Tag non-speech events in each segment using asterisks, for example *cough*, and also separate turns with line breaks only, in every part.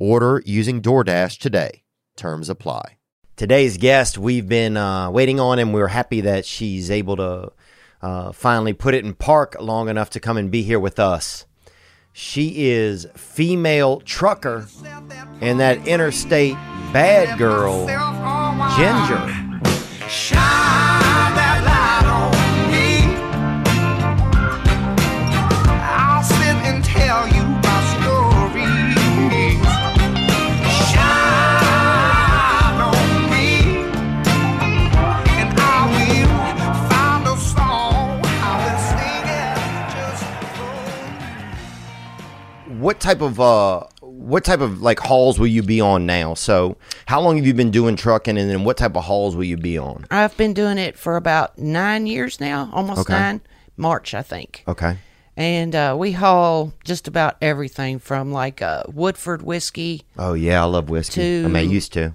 Order using DoorDash today. Terms apply. Today's guest, we've been uh, waiting on, and we're happy that she's able to uh, finally put it in park long enough to come and be here with us. She is female trucker and that interstate bad girl, Ginger.
Shine that light on me. I'll sit and tell you my story. Shine on me, and I will find a song. I will sing it just for you.
What type of uh, what type of like hauls will you be on now? So, how long have you been doing trucking, and then what type of hauls will you be on?
I've been doing it for about nine years now, almost
Okay.
nine. March, I think.
Okay,
And uh, we haul just about everything from like uh, Woodford whiskey.
Oh yeah, I love whiskey. I
To-
mean, I used to.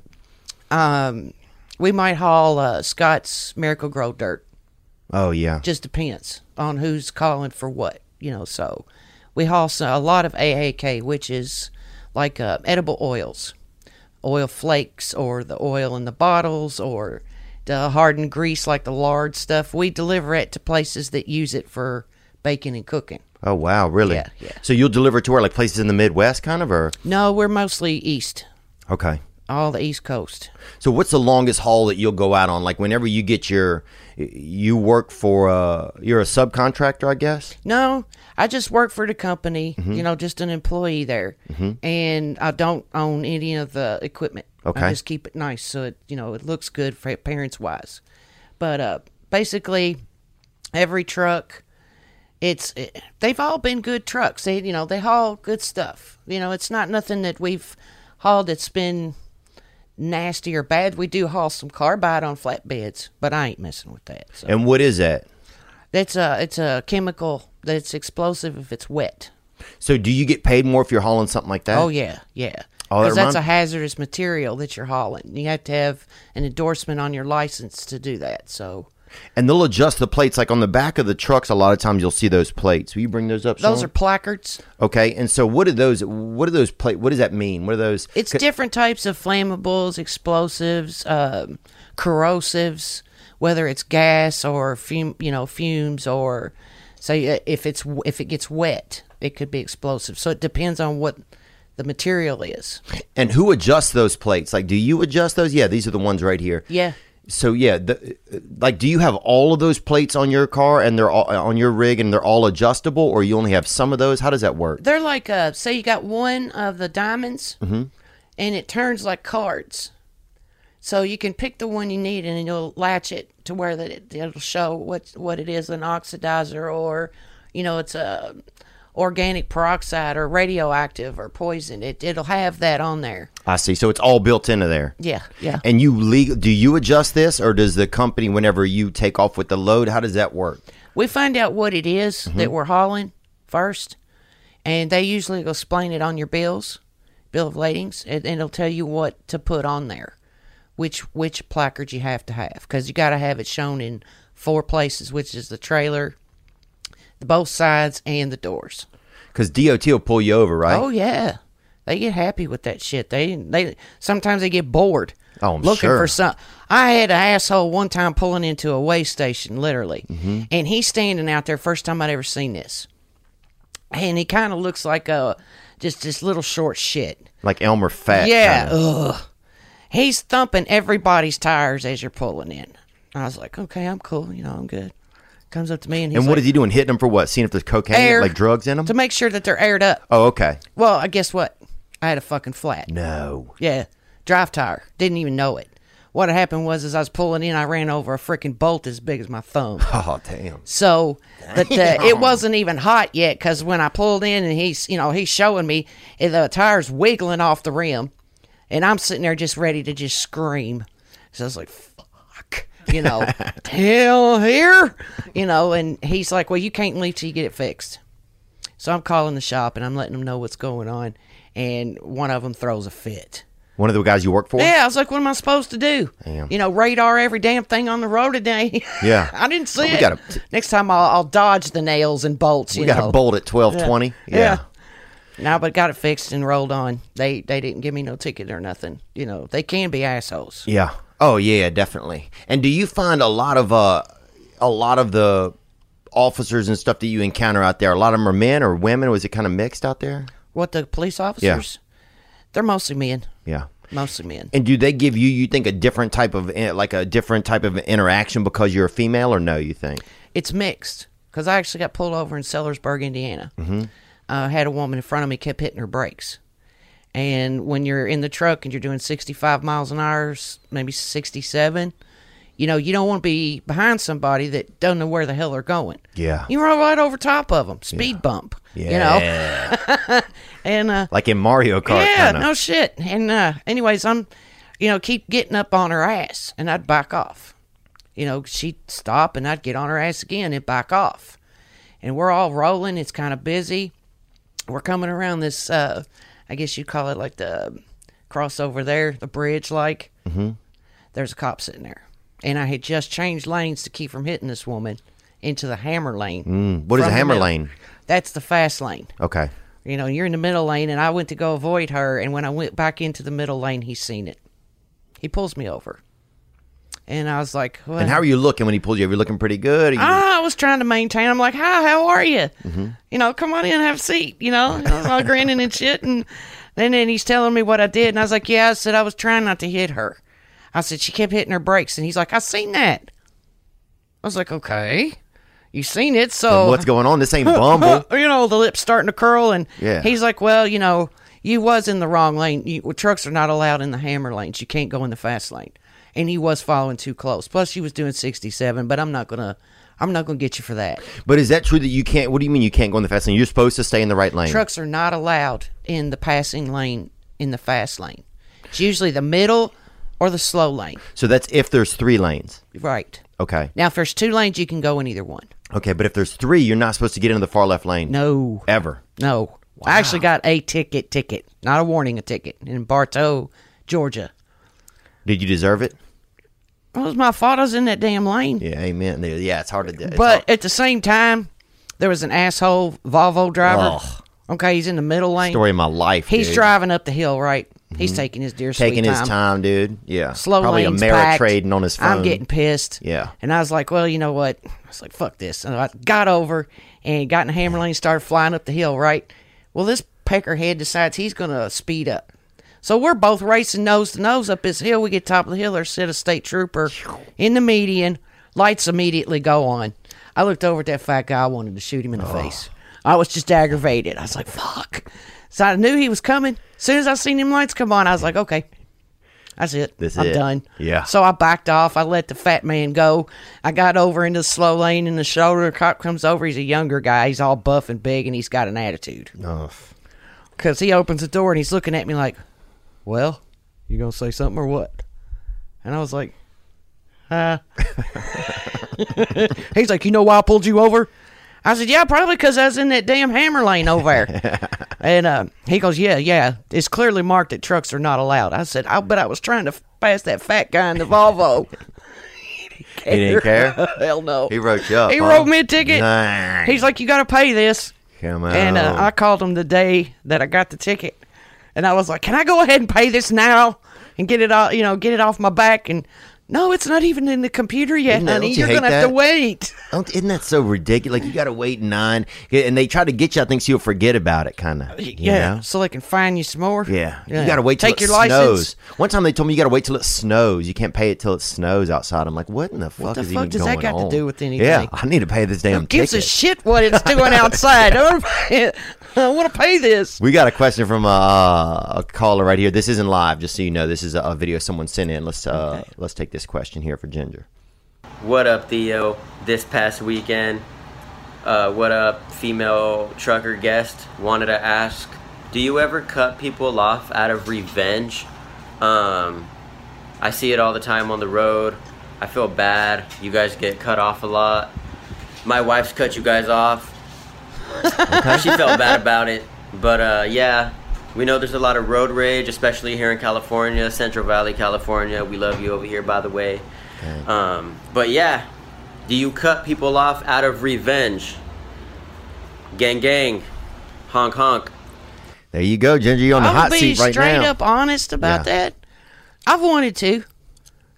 Um, we might haul uh, Scott's Miracle Grow dirt.
Oh yeah.
Just depends on who's calling for what, you know. So we haul so- a lot of AAK, which is like uh, edible oils, oil flakes, or the oil in the bottles, or the hardened grease like the lard stuff. We deliver it to places that use it for baking and cooking.
oh wow, really?
Yeah, yeah.
So you'll deliver to where like places in the Midwest, kind of, or
No, we're mostly east,
okay.
all the East Coast.
So what's the longest haul that you'll go out on? Like whenever you get your, you work for a, you're a subcontractor, I guess.
No, I just work for the company, you know, just an employee there. And I don't own any of the equipment.
Okay.
I just keep it nice so it, you know, it looks good for parents wise. But uh basically every truck it's it, they've all been good trucks. They, you know, they haul good stuff. You know, it's not nothing that we've hauled that's been nasty or bad. We do haul some carbide on flatbeds, but I ain't messing with that. So.
And what is that?
That's a it's a chemical that's explosive if it's wet.
So do you get paid more if you're hauling something like that?
Oh yeah, yeah.
Oh, that
Because
remind-
that's a hazardous material that you're hauling. You have to have an endorsement on your license to do that. So
And they'll adjust the plates like on the back of the trucks. A lot of times you'll see those plates. Will you bring those up?
those
Sean?
are placards.
okay. And so what are those? What are those plate? What does that mean? What are those?
It's different types of flammables, explosives, um, corrosives, whether it's gas or fume, you know, fumes or so uh, if it's w- if it gets wet, it could be explosive. So it depends on what the material is.
And who adjusts those plates? Like, do you adjust those? Yeah, these are the ones right here.
Yeah.
So yeah, the, like, do you have all of those plates on your car and they're all, on your rig and they're all adjustable, or you only have some of those? How does that work?
they're like uh say you got one of the diamonds and it turns like cards so you can pick the one you need and you'll latch it to where that it, it'll show what what it is an oxidizer or you know it's a organic peroxide or radioactive or poison it it'll have that on there
I see. So it's all built into there.
yeah yeah
And you legal? Do you adjust this, or does the company whenever you take off with the load? How does that work?
we find out what it is that we're hauling first, and they usually will explain it on your bills, bill of ladings, and, and it'll tell you what to put on there, which which placard you have to have, because you got to have it shown in four places, which is the trailer, the both sides, and the doors.
Because DOT will pull you over, right?
Oh yeah, they get happy with that shit. They they sometimes they get bored.
Oh, I'm
looking
sure.
for some. I had an asshole one time pulling into a way station, literally,
Mm-hmm.
and he's standing out there. First time I'd ever seen this, and he kind of looks like a just this little short shit.
Like Elmer Fat.
yeah,
kinda.
ugh. He's thumping everybody's tires as you're pulling in. I was like, okay, I'm cool. You know, I'm good. Comes up to me and he's
And what
like,
is he doing? Hitting them for what? Seeing if there's cocaine,
Air.
like drugs in them?
to make sure that they're aired up.
oh, okay.
Well, I guess what? I had a fucking flat.
No.
Yeah, drive tire. Didn't even know it. What happened was, as I was pulling in, I ran over a freaking bolt as big as my thumb.
Oh, damn.
So, but the, it wasn't even hot yet because when I pulled in and he's, you know, he's showing me and the tires wiggling off the rim, and I'm sitting there just ready to just scream. So I was like, "Fuck," you know, hell here, you know. And he's like, "Well, you can't leave till you get it fixed." So I'm calling the shop and I'm letting them know what's going on, and one of them throws a fit.
One of the guys you work for?
Yeah, I was like, "What am I supposed to do?" You know, radar every damn thing on the road today. *laughs*
Yeah.
I didn't see
Well, we
it.
gotta-
Next time I'll, I'll dodge the nails and bolts. You
You got
know.
a bolt at 1220? Yeah.
No, but got it fixed and rolled on. They they didn't give me no ticket or nothing. You know, they can be assholes.
Yeah. Oh yeah, definitely. And do you find a lot of uh a lot of the officers and stuff that you encounter out there, a lot of them are men or women? Was it kind of mixed out there?
What the police officers? They're mostly men.
Yeah.
Mostly men.
And do they give you you think a different type of eh, like a different type of interaction because you're a female or no, you think?
It's mixed because I actually got pulled over in Sellersburg, Indiana. Mm-hmm. Uh, had a woman in front of me kept hitting her brakes. And when you're in the truck and you're doing 65 miles an hour, s- maybe 67, you know, you don't want to be behind somebody that don't know where the hell they're going.
Yeah.
You run right over top of them, speed bump. You know, and uh,
Like in Mario Kart
yeah,
kind of.
no shit. And uh, anyways, I'm, you know, keep getting up on her ass, and I'd back off. You know, she'd stop, and I'd get on her ass again and back off. And we're all rolling. It's kind of busy. We're coming around this, uh, I guess you'd call it like the crossover there, the bridge, like. Mm-hmm. There's a cop sitting there, and I had just changed lanes to keep from hitting this woman into the hammer lane. Mm.
What is a hammer lane?
That's the fast lane
Okay.
you know, you're in the middle lane, and I went to go avoid her, and when I went back into the middle lane, he's seen it. He pulls me over, and I was like, "What?"
And how are you looking when he pulls you? Are you looking pretty good? Are you-
Ah, I was trying to maintain. I'm like, "Hi, how are you?
Mm-hmm.
You know, come on in, have a seat." You know, and I was all grinning and shit, and then then he's telling me what I did, and I was like, "Yeah," I said I was trying not to hit her. I said she kept hitting her brakes, and he's like, "I seen that." I was like, "Okay, you seen it, so
What's going on?
*laughs*
This ain't Bumble.
you know, the lips starting to curl, and
Yeah.
he's like, "Well, you know, you was in the wrong lane. You, well, trucks are not allowed in the hammer lanes. You can't go in the fast lane." And he was following too close. Plus, she was doing sixty-seven. But I'm not gonna, I'm not gonna get you for that.
But is that true that you can't? What do you mean you can't go in the fast lane? You're supposed to stay in the right lane.
Trucks are not allowed in the passing lane in the fast lane. It's usually the middle or the slow lane.
So that's if there's three lanes.
Right
Okay.
now, if there's two lanes, you can go in either one.
Okay, but if there's three, you're not supposed to get into the far left lane.
No.
Ever.
No. I actually got a ticket, ticket, not a warning, a ticket in Bartow, Georgia.
Did you deserve it?
Well, it was my fault. I was in that damn lane.
Yeah, amen. Yeah, it's hard to do. it's
but
hard-
at the same time, there was an asshole Volvo driver.
Ugh.
Okay, he's in the middle lane.
story of my life.
he's
dude.
driving up the hill, right? He's taking his dear
taking
sweet
his time, dude. Yeah.
Slow
Probably
lanes
Ameritrading
packed.
trading on his phone.
I'm getting pissed.
Yeah.
And I was like, well, you know what? I was like, fuck this. And I got over and got in the hammer lane, started flying up the hill, right? Well, this peckerhead decides he's going to speed up. So we're both racing nose to nose up this hill. We get top of the hill. There's a state trooper in the median. Lights immediately go on. I looked over at that fat guy. I wanted to shoot him in the face. I was just aggravated. I was like, fuck. So I knew he was coming. As soon as I seen him lights come on, I was like, okay, that's it.
This is
I'm
it.
done.
Yeah.
So I backed off. I let the fat man go. I got over into the slow lane in the shoulder. The cop comes over. He's a younger guy. He's all buff and big, and he's got an attitude.
Ugh.
Because he opens the door and he's looking at me like, well, you going to say something or what? And I was like, huh? *laughs* he's like, you know why I pulled you over? I said, yeah, probably because I was in that damn hammer lane over there.
*laughs*
and uh, he goes, yeah, yeah. It's clearly marked that trucks are not allowed. I said, I bet I was trying to f- pass that fat guy in the Volvo. *laughs*
He didn't care.
Hell no.
He wrote you up.
He
huh?
wrote me a ticket.
Nice.
He's like, you got to pay this.
Come on.
And uh, I called him the day that I got the ticket, and I was like, "Can I go ahead and pay this now and get it all, you know, get it off my back?" And No, it's not even in the computer yet,
Isn't that-
honey.
don't you
You're
hate
gonna have
that?
to wait.
Don't, isn't that so ridiculous? Like you got to wait nine, and they try to get you. I think so you'll forget about it, kind of.
Uh, Yeah, so they can find you some more.
Yeah. You got to wait till
Take
it
your
snows.
license.
One time they told me you got to wait till it snows. You can't pay it till it snows outside. I'm like, what in the fuck
the
is
fuck
even
does that
going
got to
on?
do with anything?
Yeah, I need to pay this damn
Gives a
ticket.
shit what it's
*laughs*
doing outside. *laughs* I wanna pay- I want to pay this.
we got a question from uh, a caller right here. This isn't live, just so you know. This is a, a video someone sent in. Let's uh, let's take this question here for Ginger.
What up, Theo? This past weekend, uh, what up, female trucker guest? Wanted to ask, do you ever cut people off out of revenge? Um, I see it all the time on the road. I feel bad. You guys get cut off a lot. My wife's cut you guys off. she felt bad about it. But uh, yeah, we know there's a lot of road rage, especially here in California, Central Valley, California. We love you over here, by the way. Um, but yeah, do you cut people off out of revenge? Gang, gang, honk, honk.
There you go, Ginger. You're on the
I
hot
would be
seat right
straight
now.
up honest about
Yeah.
that. I've wanted to,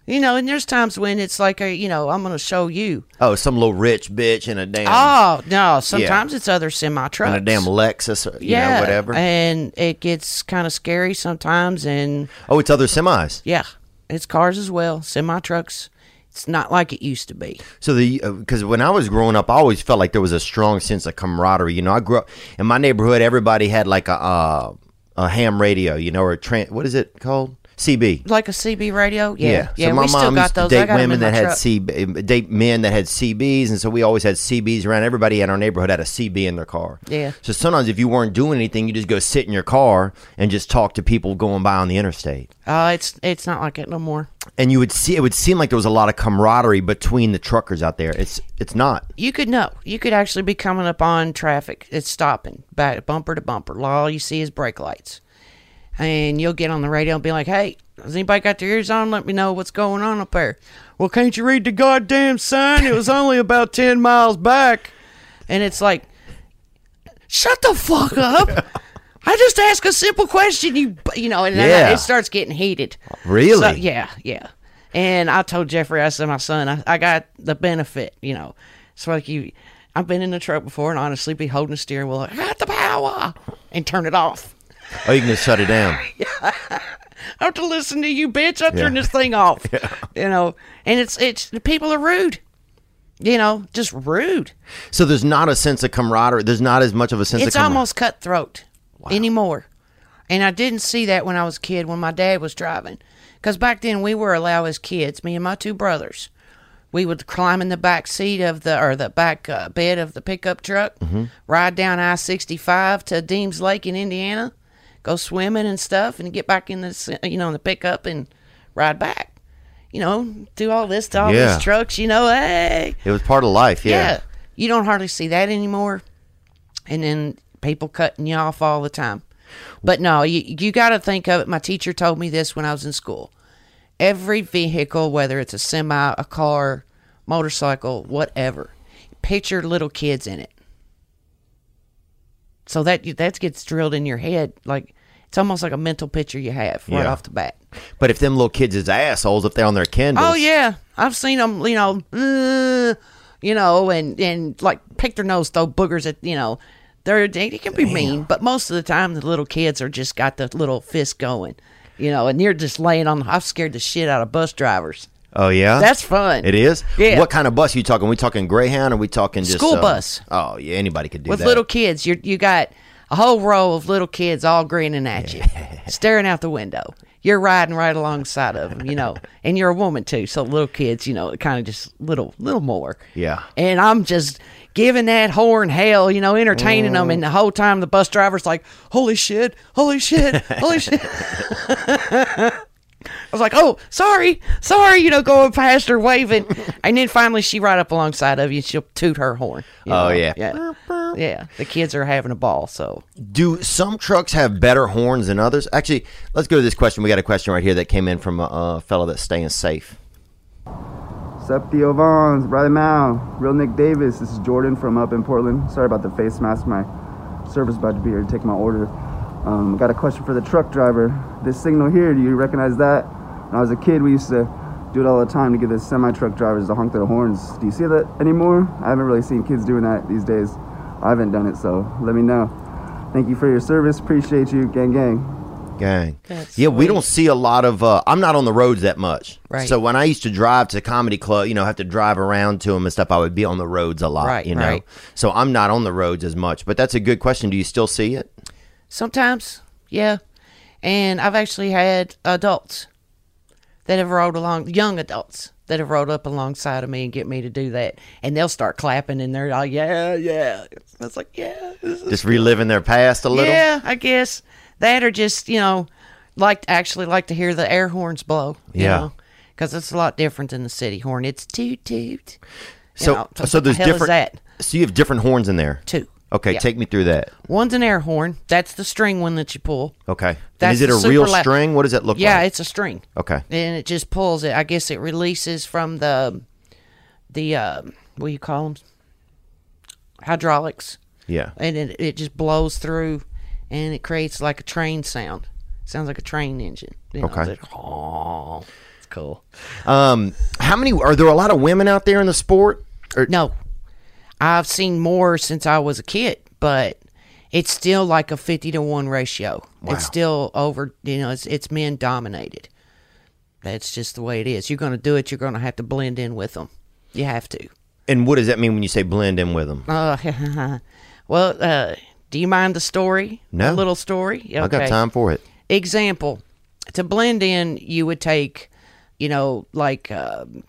you know, and there's times when it's like, a, you know, I'm going to show you.
Oh, some little rich bitch in a damn
oh no, sometimes it's other semi
in
trucks.
a damn Lexus, or, you
yeah,
know, whatever.
And it gets kind of scary sometimes, and
oh, it's other semis.
yeah, it's cars as well, semi trucks. It's not like it used to be.
So the because when I was growing up, I always felt like there was a strong sense of camaraderie. You know, I grew up in my neighborhood. Everybody had like a uh, a ham radio, you know, or a tran what is it called? CB.
Like a CB radio, yeah, yeah.
so my
we still
mom
got
used to
those. I
date
got 'em
women
in my
that had
truck.
CB, date men that had CBs, and so we always had CBs around. Everybody in our neighborhood had a CB in their car.
Yeah.
So sometimes if you weren't doing anything, you just go sit in your car and just talk to people going by on the interstate.
Uh, it's it's not like it no more.
and you would see it would seem like there was a lot of camaraderie between the truckers out there. It's it's not.
You could know. You could actually be coming up on traffic. It's stopping, back bumper to bumper. All you see is brake lights, and you'll get on the radio and be like, "Hey, has anybody got their ears on? Let me know what's going on up there." Well, can't you read the goddamn sign? *laughs* It was only about ten miles back, and it's like, "Shut the fuck *laughs* up." I just ask a simple question, you b- you know, and then
Yeah.
it starts getting heated.
Really?
So, yeah, yeah. And I told Jeffrey, I said, my son, I, I got the benefit, you know. It's like you, I've been in the truck before and honestly be holding the steering wheel, like, got the power, and turn it off.
Oh, you can just shut it down.
I have to listen to you, bitch. I turn this thing off. You know, and it's, it's, the people are rude. You know, just rude.
So there's not a sense of camaraderie. There's not as much of a sense
it's
of camaraderie.
almost cutthroat anymore. And I didn't see that when I was a kid when my dad was driving. Because back then we were allowed as kids, me and my two brothers, we would climb in the back seat of the, or the back uh, bed of the pickup truck, ride down I 65 to Deems Lake in Indiana, go swimming and stuff, and get back in the, s- you know, in the pickup and ride back. You know, do all this to all
Yeah.
these trucks, you know, hey
It was part of life. Yeah.
yeah. You don't hardly see that anymore. And then people cutting you off all the time. But no, you, you got to think of it. My teacher told me this when I was in school. Every vehicle, whether it's a semi, a car, motorcycle, whatever, picture little kids in it. So that that gets drilled in your head. Like it's almost like a mental picture you have right
Yeah.
off the bat.
But if them little kids is assholes, if they're on their Kindles,
Oh yeah, I've seen them. You know, uh, you know, and and like pick their nose, throw boogers at you know. They're they, they can be mean, but most of the time the little kids are just got the little fist going, you know, and you're just laying on. I've scared the shit out of bus drivers.
Oh yeah.
That's fun.
It is.
Yeah.
What kind of bus you talking? we talking Greyhound? Or we talking just
School
uh,
bus.
Oh yeah, anybody could do
with
that.
little kids. You you got a whole row of little kids all grinning at you,
*laughs*
staring out the window. You're riding right alongside of them,
*laughs*
you know, and you're a woman too, so little kids, you know, it kind of just little little more.
Yeah.
And I'm just giving that horn hell, you know, entertaining
Mm.
them, and the whole time the bus driver's like, "Holy shit! Holy shit!
*laughs*
Holy shit!" I was like, "Oh, sorry, sorry," you know, going past
*laughs*
her waving, and then finally she right up alongside of you, and she'll toot her horn. you
Oh,
know?
yeah.
yeah. Yeah, the kids are having a ball. So
Do some trucks have better horns than others? Actually, let's go to this question. We got a question right here that came in from a, a fellow that's staying safe.
Sup, Theo Vaughns, Brother Mal, Real Nick Davis. This is Jordan from up in Portland. Sorry about the face mask. My server's about to be here to take my order. Um, got a question for the truck driver. This signal here, do you recognize that? When I was a kid, we used to do it all the time to get the semi truck drivers to honk their horns. Do you see that anymore? I haven't really seen kids doing that these days. I haven't done it, so let me know. Thank you for your service. Appreciate you, gang, gang.
gang.
That's
yeah, we
sweet.
don't see a lot of. Uh, I'm not on the roads that much.
Right.
So when I used to drive to comedy club, you know, have to drive around to them and stuff, I would be on the roads a lot.
Right,
You know.
right.
So I'm not on the roads as much. But that's a good question. Do you still see it?
Sometimes, yeah. And I've actually had adults that have rolled along, young adults that have rolled up alongside of me and get me to do that. And they'll start clapping and they're like, yeah, yeah. It's like, yeah. this is-
Just reliving their past a little.
Yeah, I guess. That or just, you know, like actually like to hear the air horns blow. You
Yeah.
Because it's a lot different than the city horn. It's toot toot. You
So
know, so
so
what the
there's
hell is
different.
that?
So you have different horns in there.
Two.
Okay,
Yeah.
take me through that.
One's an air horn. That's the string one that you pull.
Okay. and
That's
is it
the
a
super
real
lap-
string? What does that look
Yeah,
like?
it's a string.
Okay.
and it just pulls it. I guess it releases from the the uh, what do you call them hydraulics,
Yeah.
and it it just blows through, and it creates like a train sound. Sounds like a train engine. You know,
Okay.
it's like, "Honk." it's cool.
Um, how many are there? A lot of women out there in the sport. Or,
No, I've seen more since I was a kid, but it's still like a fifty to one ratio. It's still over. You know, it's it's men dominated. That's just the way it is. You're going to do it. You're going to have to blend in with them. You have to. *laughs*
And what does that mean when you say blend in with them?
Uh, well, uh, do you mind the story?
No.
A little story? Okay.
I got time for it.
Example to blend in, you would take, you know, like um,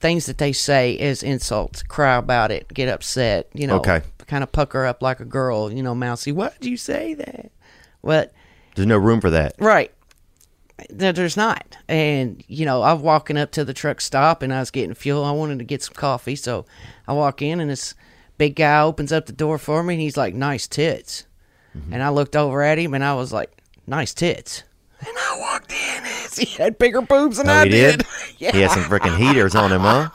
things that they say as insults, cry about it, get upset, you know,
Okay.
kind of pucker up like a girl, you know, mousy. Why did you say that? What?
There's no room for that.
Right. There- There's not. And, you know, I'm walking up to the truck stop and I was getting fuel. I wanted to get some coffee. So I walk in and this big guy opens up the door for me and he's like, nice tits. And I looked over at him and I was like, nice tits. And I walked in and *laughs* he had bigger boobs than
Oh,
*laughs* I
he did.
*laughs* yeah.
He had some freaking heaters on him,
*laughs*
huh?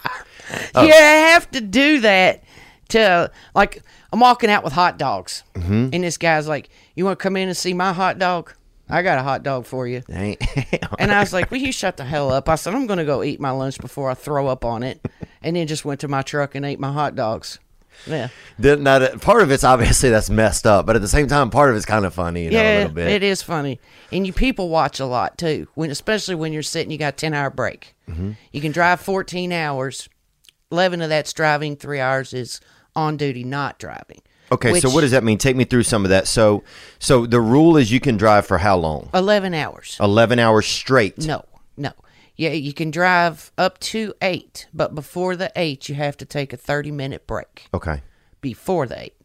Yeah, I have to do that to like I'm walking out with hot dogs, and this guy's like, "You want to come in and see my hot dog? I got a hot dog for you."
Dang. *laughs*
And I was like, "Will you shut the hell up?" I said, "I'm going to go eat my lunch before I throw up on it," and then just went to my truck and ate my hot dogs. Yeah,
The- now, the- part of it's obviously that's messed up, but at the same time, part of it's kind of funny, you know, a
yeah,
little bit.
it is funny, and you people watch a lot too. When especially when you're sitting, you got a ten hour break.
Mm-hmm.
You can drive 14 hours. Eleven of that's driving. Three hours is on duty, not driving.
Okay, so
which-
what does that mean? Take me through some of that. So, so the rule is you can drive for how long?
11 hours.
Eleven hours straight.
No, no. Yeah, you can drive up to eight, but before the eight, you have to take a 30 minute break.
Okay.
Before the eight.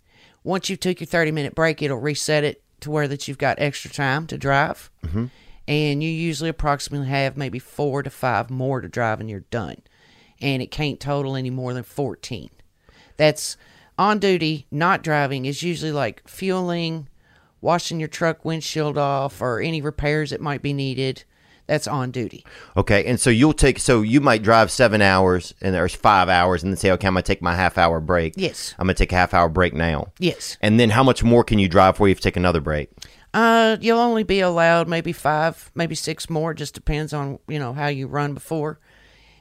Once you took your 30 minute break, it'll reset it to where that you've got extra time to drive. Mm-hmm. And you usually approximately have maybe four to five more to drive and you're done. And it can't total any more than 14. That's on duty, not driving, is usually like fueling, washing your truck windshield off, or any repairs that might be needed. That's on duty.
Okay, and so you'll take so you might drive seven hours and there's five hours, and then say, okay, I'm gonna take my half hour break.
Yes.
I'm gonna take a half hour break now.
Yes.
And then how much more can you drive before you have to take another break?
Uh, you'll only be allowed maybe five, maybe six more. Just depends on you know how you run before.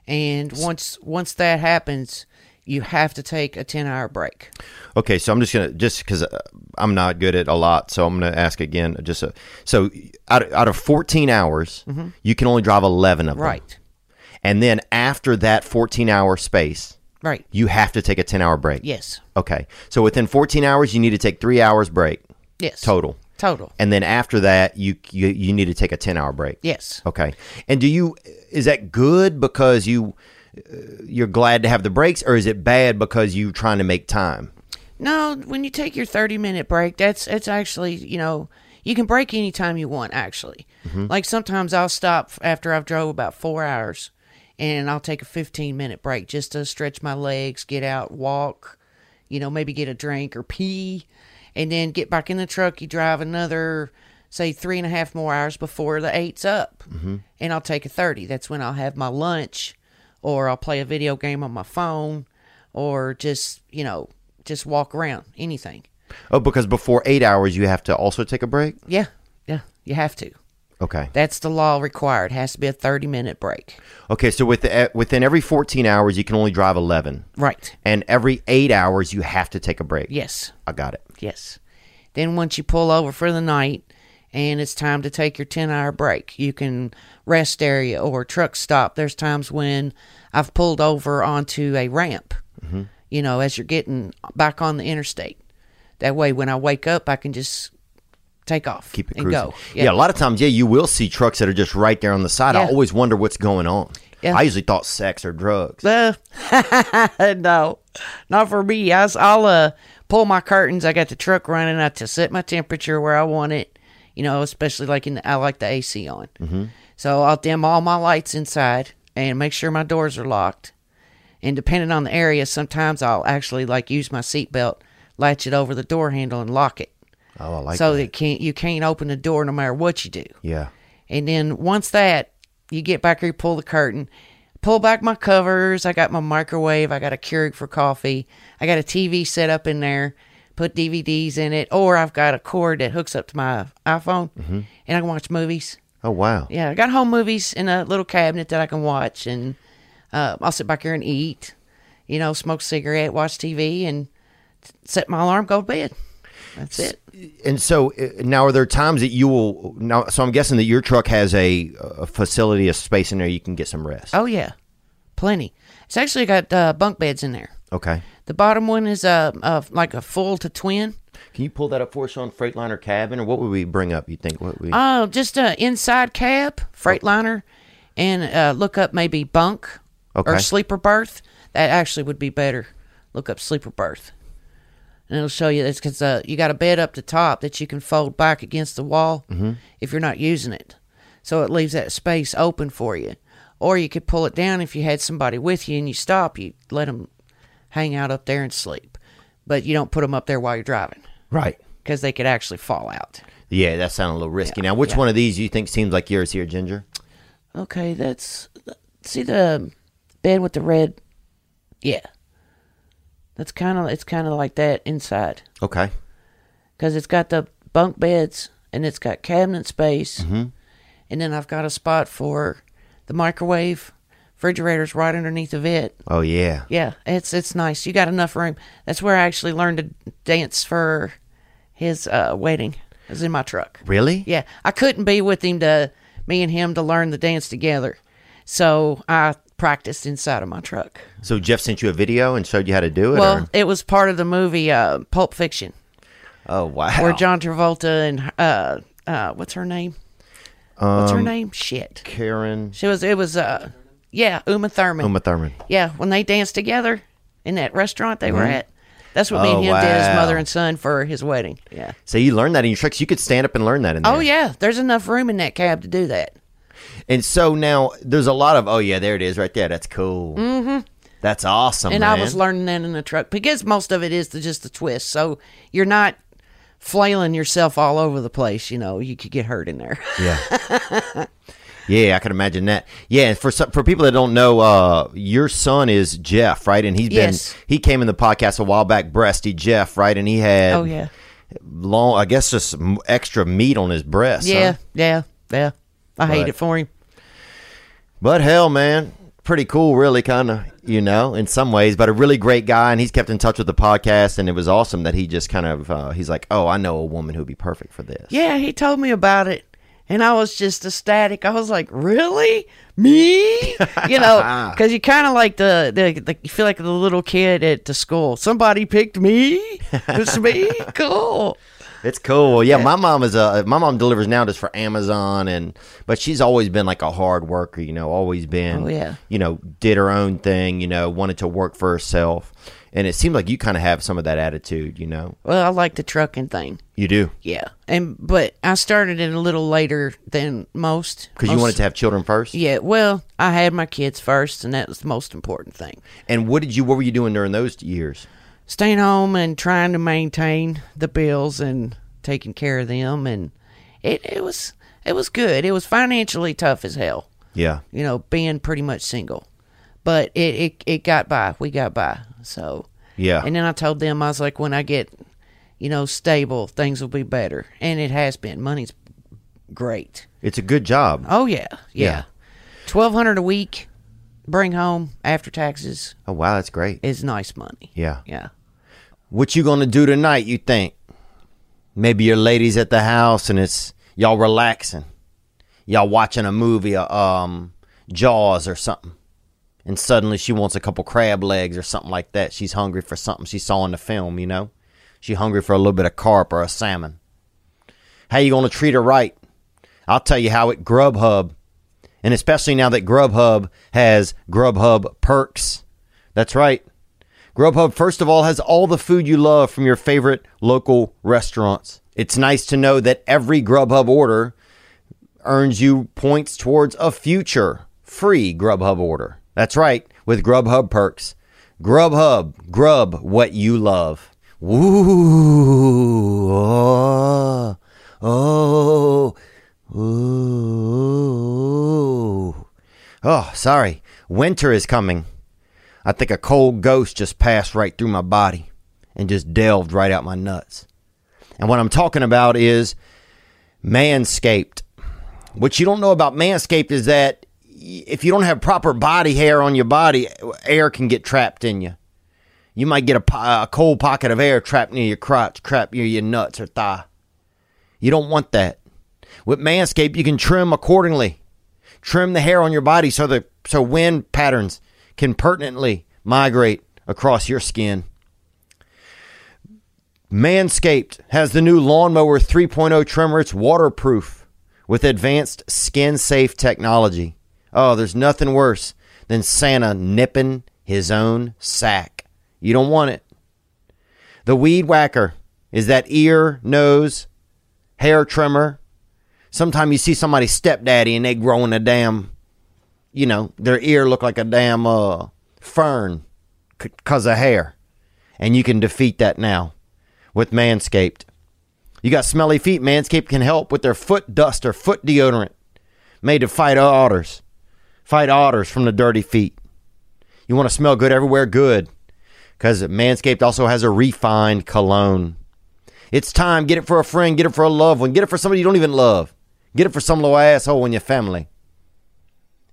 And once once that happens, you have to take a ten hour break.
Okay, so I'm just gonna just because I'm not good at a lot, so I'm gonna ask again. Just a, so out of, out of 14 hours, you can only drive 11 of them.
Mm-hmm. Right.
And then after that 14 hour space,
Right.
you have to take a 10 hour break.
Yes.
Okay, so within 14 hours, you need to take three hours break
Yes.
total,
Total.
and then after that, you you, you need to take a 10 hour break.
Yes.
Okay. And do you is that good because you uh, you're glad to have the breaks, or is it bad because you trying to make time?
No, when you take your 30 minute break, that's it's actually, you know, you can break anytime you want actually. Like sometimes I'll stop after I've drove about 4 hours and I'll take a 15 minute break just to stretch my legs, get out, walk, you know, maybe get a drink or pee and then get back in the truck. You drive another, say, three and a half more hours before the eight's up, mm-hmm. and I'll take a 30. That's when I'll have my lunch, or I'll play a video game on my phone, or just, you know, just walk around, anything.
Oh, because before eight hours, you have to also take a break.
Yeah, yeah, you have to.
Okay.
That's the law required. Has to be a 30 minute break.
Okay. So with the, within every 14 hours, you can only drive 11,
Right.
and every eight hours, you have to take a break.
Yes.
I got it.
Yes. Then once you pull over for the night and it's time to take your 10 hour break, you can rest area or truck stop. There's times when I've pulled over onto a ramp,
Mm-hmm.
you know, as you're getting back on the interstate. That way, when I wake up, I can just take off.
Keep it
and
cruising.
go.
Yeah. a lot of times, yeah, you will see trucks that are just right there on the side. I
Yeah.
always wonder what's going on.
Yeah.
I usually thought sex or drugs.
Uh, *laughs* no, not for me. I, will uh, pull my curtains. I got the truck running. I to set my temperature where I want it. You know, especially like in the, I like the AC on. Mm-hmm. So I'll dim all my lights inside and make sure my doors are locked. And depending on the area, sometimes I'll actually like use my seatbelt, latch it over the door handle, and lock it.
Oh, I like
so
that.
that can't you can't open the door no matter what you do.
Yeah.
And then once that, you get back here, pull the curtain, pull back my covers. I got my microwave. I got a Keurig for coffee. I got a TV set up in there, put DVDs in it, or I've got a cord that hooks up to my iPhone and I can watch movies.
Oh, wow.
Yeah, I got home movies in a little cabinet that I can watch, and uh, I'll sit back here and eat, you know, smoke a cigarette, watch TV, and set my alarm, go to bed. That's it.
And so uh, now, are there times that you will now? So I'm guessing that your truck has a, a facility, a space in there you can get some rest.
Oh, yeah, plenty. It's actually got uh, bunk beds in there.
Okay.
The bottom one is a, a like a full to twin.
Can you pull that up for us on Freightliner cabin, or what would we bring up? You think what we?
Oh, just a inside cab, Freightliner, and uh, look up maybe bunk
Okay.
or sleeper berth. That actually would be better. Look up sleeper berth, and it'll show you that's because uh, you got a bed up the top that you can fold back against the wall if you're not using it, so it leaves that space open for you. Or you could pull it down if you had somebody with you and you stop, you let them hang out up there and sleep, but you don't put them up there while you're driving.
right.
because they could actually fall out.
Yeah, that sounded a little risky. now, which
yeah.
one of these do you think seems like yours here, Ginger?
Okay, that's see the bed with the red. Yeah, that's kind of it's kind of like that inside
Okay.
because it's got the bunk beds and it's got cabinet space, and then I've got a spot for the microwave. Refrigerator's right underneath of it.
Oh yeah.
Yeah, it's it's nice. You got enough room. That's where I actually learned to dance for his uh, wedding. It was in my truck.
Really?
Yeah, I couldn't be with him to me and him to learn the dance together. So I practiced inside of my truck.
So Jeff sent you a video and showed you how to do it.
Well,
or-
it was part of the movie uh, Pulp Fiction,
Oh wow.
where John Travolta and uh, uh, what's her name? What's
Um,
her name? Shit,
Karen.
she was. It was. Uh, yeah, Uma Thurman.
Uma Thurman.
Yeah, when they danced together in that restaurant they were at. That's what me
Mm-hmm. Oh,
and him did as
wow.
mother and son for his wedding. Yeah.
So you learned that in your trucks. You could stand up and learn that in there.
Oh yeah, there's enough room in that cab to do that.
And so now there's a lot of oh yeah, there it is right there. That's cool. Mm-hmm. That's awesome.
and
man.
I was learning that in the truck because most of it is the, just the twist. So you're not flailing yourself all over the place. You know, you could get hurt in there.
Yeah. Yeah, I can imagine that. Yeah, and for some, for people that don't know, uh, your son is Jeff, right? And he's been
Yes.
he came in the podcast a while back, Breasty Jeff, right? And he had
*laughs* oh yeah,
long, I guess, just m- extra meat on his breast. huh?
yeah, yeah, yeah. I hate
Right.
it for him.
But hell, man, pretty cool, really, kind of, you know, in some ways. But a really great guy, and he's kept in touch with the podcast, and it was awesome that he just kind of uh, he's like, oh, I know a woman who'd be perfect for this.
Yeah, he told me about it. And I was just ecstatic. I was like, "Really,
*laughs*
me?" You know, because you kind of like the, the, the you feel like the little kid at the school. Somebody picked me.
*laughs*
It's me. Cool.
It's cool. Yeah, my mom is a my mom delivers now just for Amazon and but she's always been like a hard worker, you know, always been
Oh, yeah.
you know, did her own thing, you know, wanted to work for herself. And it seems like you kind of have some of that attitude, you know.
Well, I like the trucking thing.
You do.
Yeah, and but I started it a little later than most
Cuz you
Most-
wanted to have children first.
Yeah, well, I had my kids first, and that was the most important thing.
And what did you what were you doing during those years?
Staying home and trying to maintain the bills and taking care of them, and it it was it was good. It was financially tough as hell,
Yeah.
you know, being pretty much single, but it it, it got by. We got by. So
Yeah.
and then I told them I was like, when I get you know stable, things will be better, and it has been. Money's great.
It's a good job.
Oh yeah,
Yeah.
yeah. Twelve hundred a week, bring home after taxes
Oh wow, that's great.
is nice money.
Yeah.
yeah.
What you gonna do tonight? You think? Maybe your ladies at the house and it's y'all relaxing, y'all watching a movie, uh, um, Jaws or something, and suddenly she wants a couple crab legs or something like that. She's hungry for something she saw in the film, you know. She hungry for a little bit of carp or a salmon. How you gonna treat her right? I'll tell you how at Grubhub, and especially now that Grubhub has Grubhub perks. That's right. Grubhub, first of all, has all the food you love from your favorite local restaurants. It's nice to know that every Grubhub order earns you points towards a future free Grubhub order. That's right, with Grubhub perks. Grubhub, grub what you love. Woo! Oh, oh, ooh. oh, sorry. Winter is coming. I think a cold ghost just passed right through my body and just delved right out my nuts. And what I'm talking about is Manscaped. What you don't know about Manscaped is that y- if you don't have proper body hair on your body, air can get trapped in you. You might get a, po- a cold pocket of air trapped near your crotch, trapped near your nuts or thigh. You don't want that. With Manscaped, you can trim accordingly trim the hair on your body so the so wind patterns can pertinently migrate across your skin. Manscaped has the new Lawnmower 3.0 trimmer. It's waterproof with advanced skin safe technology. Oh, there's nothing worse than Santa nipping his own sack. You don't want it. The Weed Whacker is that ear, nose, hair trimmer Sometimes you see somebody's stepdaddy and they growing a damn, you know, their ear look like a damn uh, fern because of hair. And you can defeat that now with Manscaped. You got smelly feet. Manscaped can help with their foot duster, foot deodorant made to fight otters, fight otters from the dirty feet. You want to smell good everywhere? Good. Because Manscaped also has a refined cologne. It's time. Get it for a friend. Get it for a loved one. Get it for somebody you don't even love. Get it for some little asshole in your family.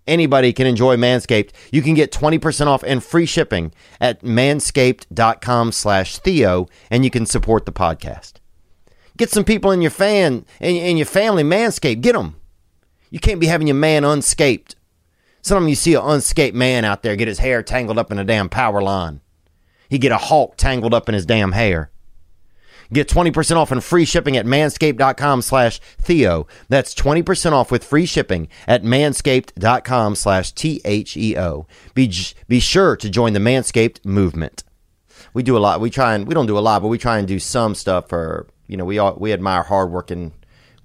Anybody can enjoy Manscaped. You can get 20% off and free shipping at manscaped.com slash Theo, and you can support the podcast. Get some people in your fan in, in your family manscaped. Get them. You can't be having your man unscaped. Sometimes you see an unscaped man out there get his hair tangled up in a damn power line. He get a hawk tangled up in his damn hair. Get 20% off and free shipping at manscaped.com slash Theo. That's 20% off with free shipping at manscaped.com slash T-H-E-O. Be, j- be sure to join the Manscaped movement. We do a lot. We try and, we don't do a lot, but we try and do some stuff for, you know, we all, we admire hardworking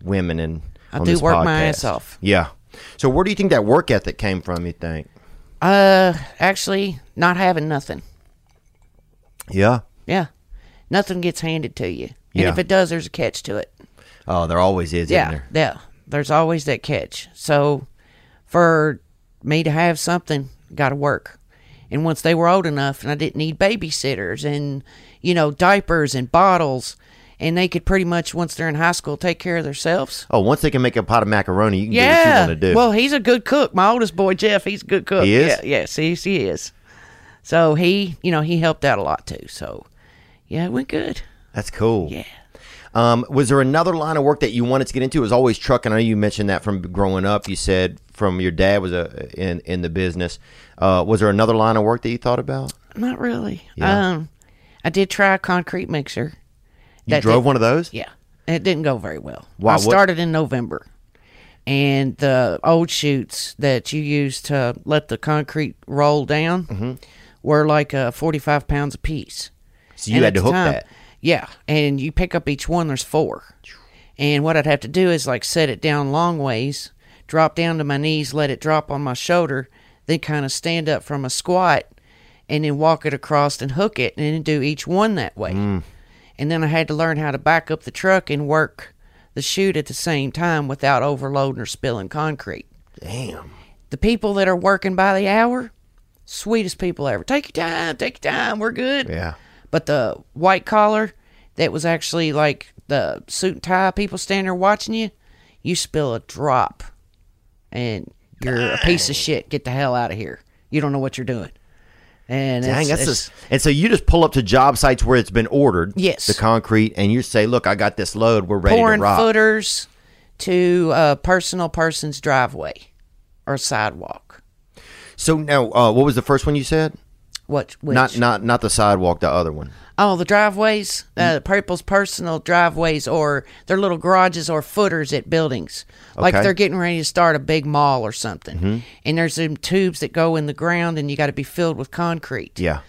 women and
I do work my ass off.
Yeah. So where do you think that work ethic came from, you think?
Uh, actually, not having nothing.
Yeah.
Yeah, nothing gets handed to you, and
Yeah.
if it does, there's a catch to it.
Oh, there always is,
Yeah,
isn't there?
yeah. There's always that catch. So, for me to have something, got to work. And once they were old enough, and I didn't need babysitters and you know diapers and bottles, and they could pretty much once they're in high school take care of themselves.
Oh, once they can make a pot of macaroni, you can do what you
Yeah.
want to do.
Well, he's a good cook. My oldest boy Jeff, he's a good cook.
He is?
Yeah, yes, he's, he is. So he, you know, he helped out a lot too. So yeah, it went good.
That's cool.
Yeah.
Um, was there another line of work that you wanted to get into? It was always trucking. I know you mentioned that from growing up. You said from your dad was a in in the business. Uh, was there another line of work that you thought about?
Not really.
Yeah.
Um, I did try a concrete mixer.
You drove one of those.
Yeah, it didn't go very well.
Why,
I
what-
started in November, and the old chutes that you use to let the concrete roll down
Mm-hmm.
were like uh, forty-five pounds a piece.
So you
And
had to
at the
hook
time-
that.
Yeah, and you pick up each one. There's four, and what I'd have to do is like set it down long ways, drop down to my knees, let it drop on my shoulder, then kind of stand up from a squat, and then walk it across and hook it, and then do each one that way.
Mm.
And then I had to learn how to back up the truck and work the chute at the same time without overloading or spilling concrete.
Damn.
The people that are working by the hour, sweetest people ever. Take your time, take your time. We're good.
Yeah.
But the white collar that was actually like the suit and tie people standing there watching you, you spill a drop and you're a piece of shit, get the hell out of here. You don't know what you're doing. And
Dang,
it's,
that's
it's-
just, and so you just pull up to job sites where it's been ordered.
Yes.
the concrete, and you say, "Look, I got this load. We're ready
pouring
to rock."
footers to a personal person's driveway or sidewalk.
So now, uh, what was the first one you said?
What? Which?
Not not not the sidewalk, the other one.
Oh, the driveways, uh,
Mm.
people's personal driveways, or their little garages or footers at buildings. Like
Okay. Mm-hmm.
they're getting ready to start a big mall or something, and there's some tubes that go in the ground, and you got to be filled with concrete.
Yeah.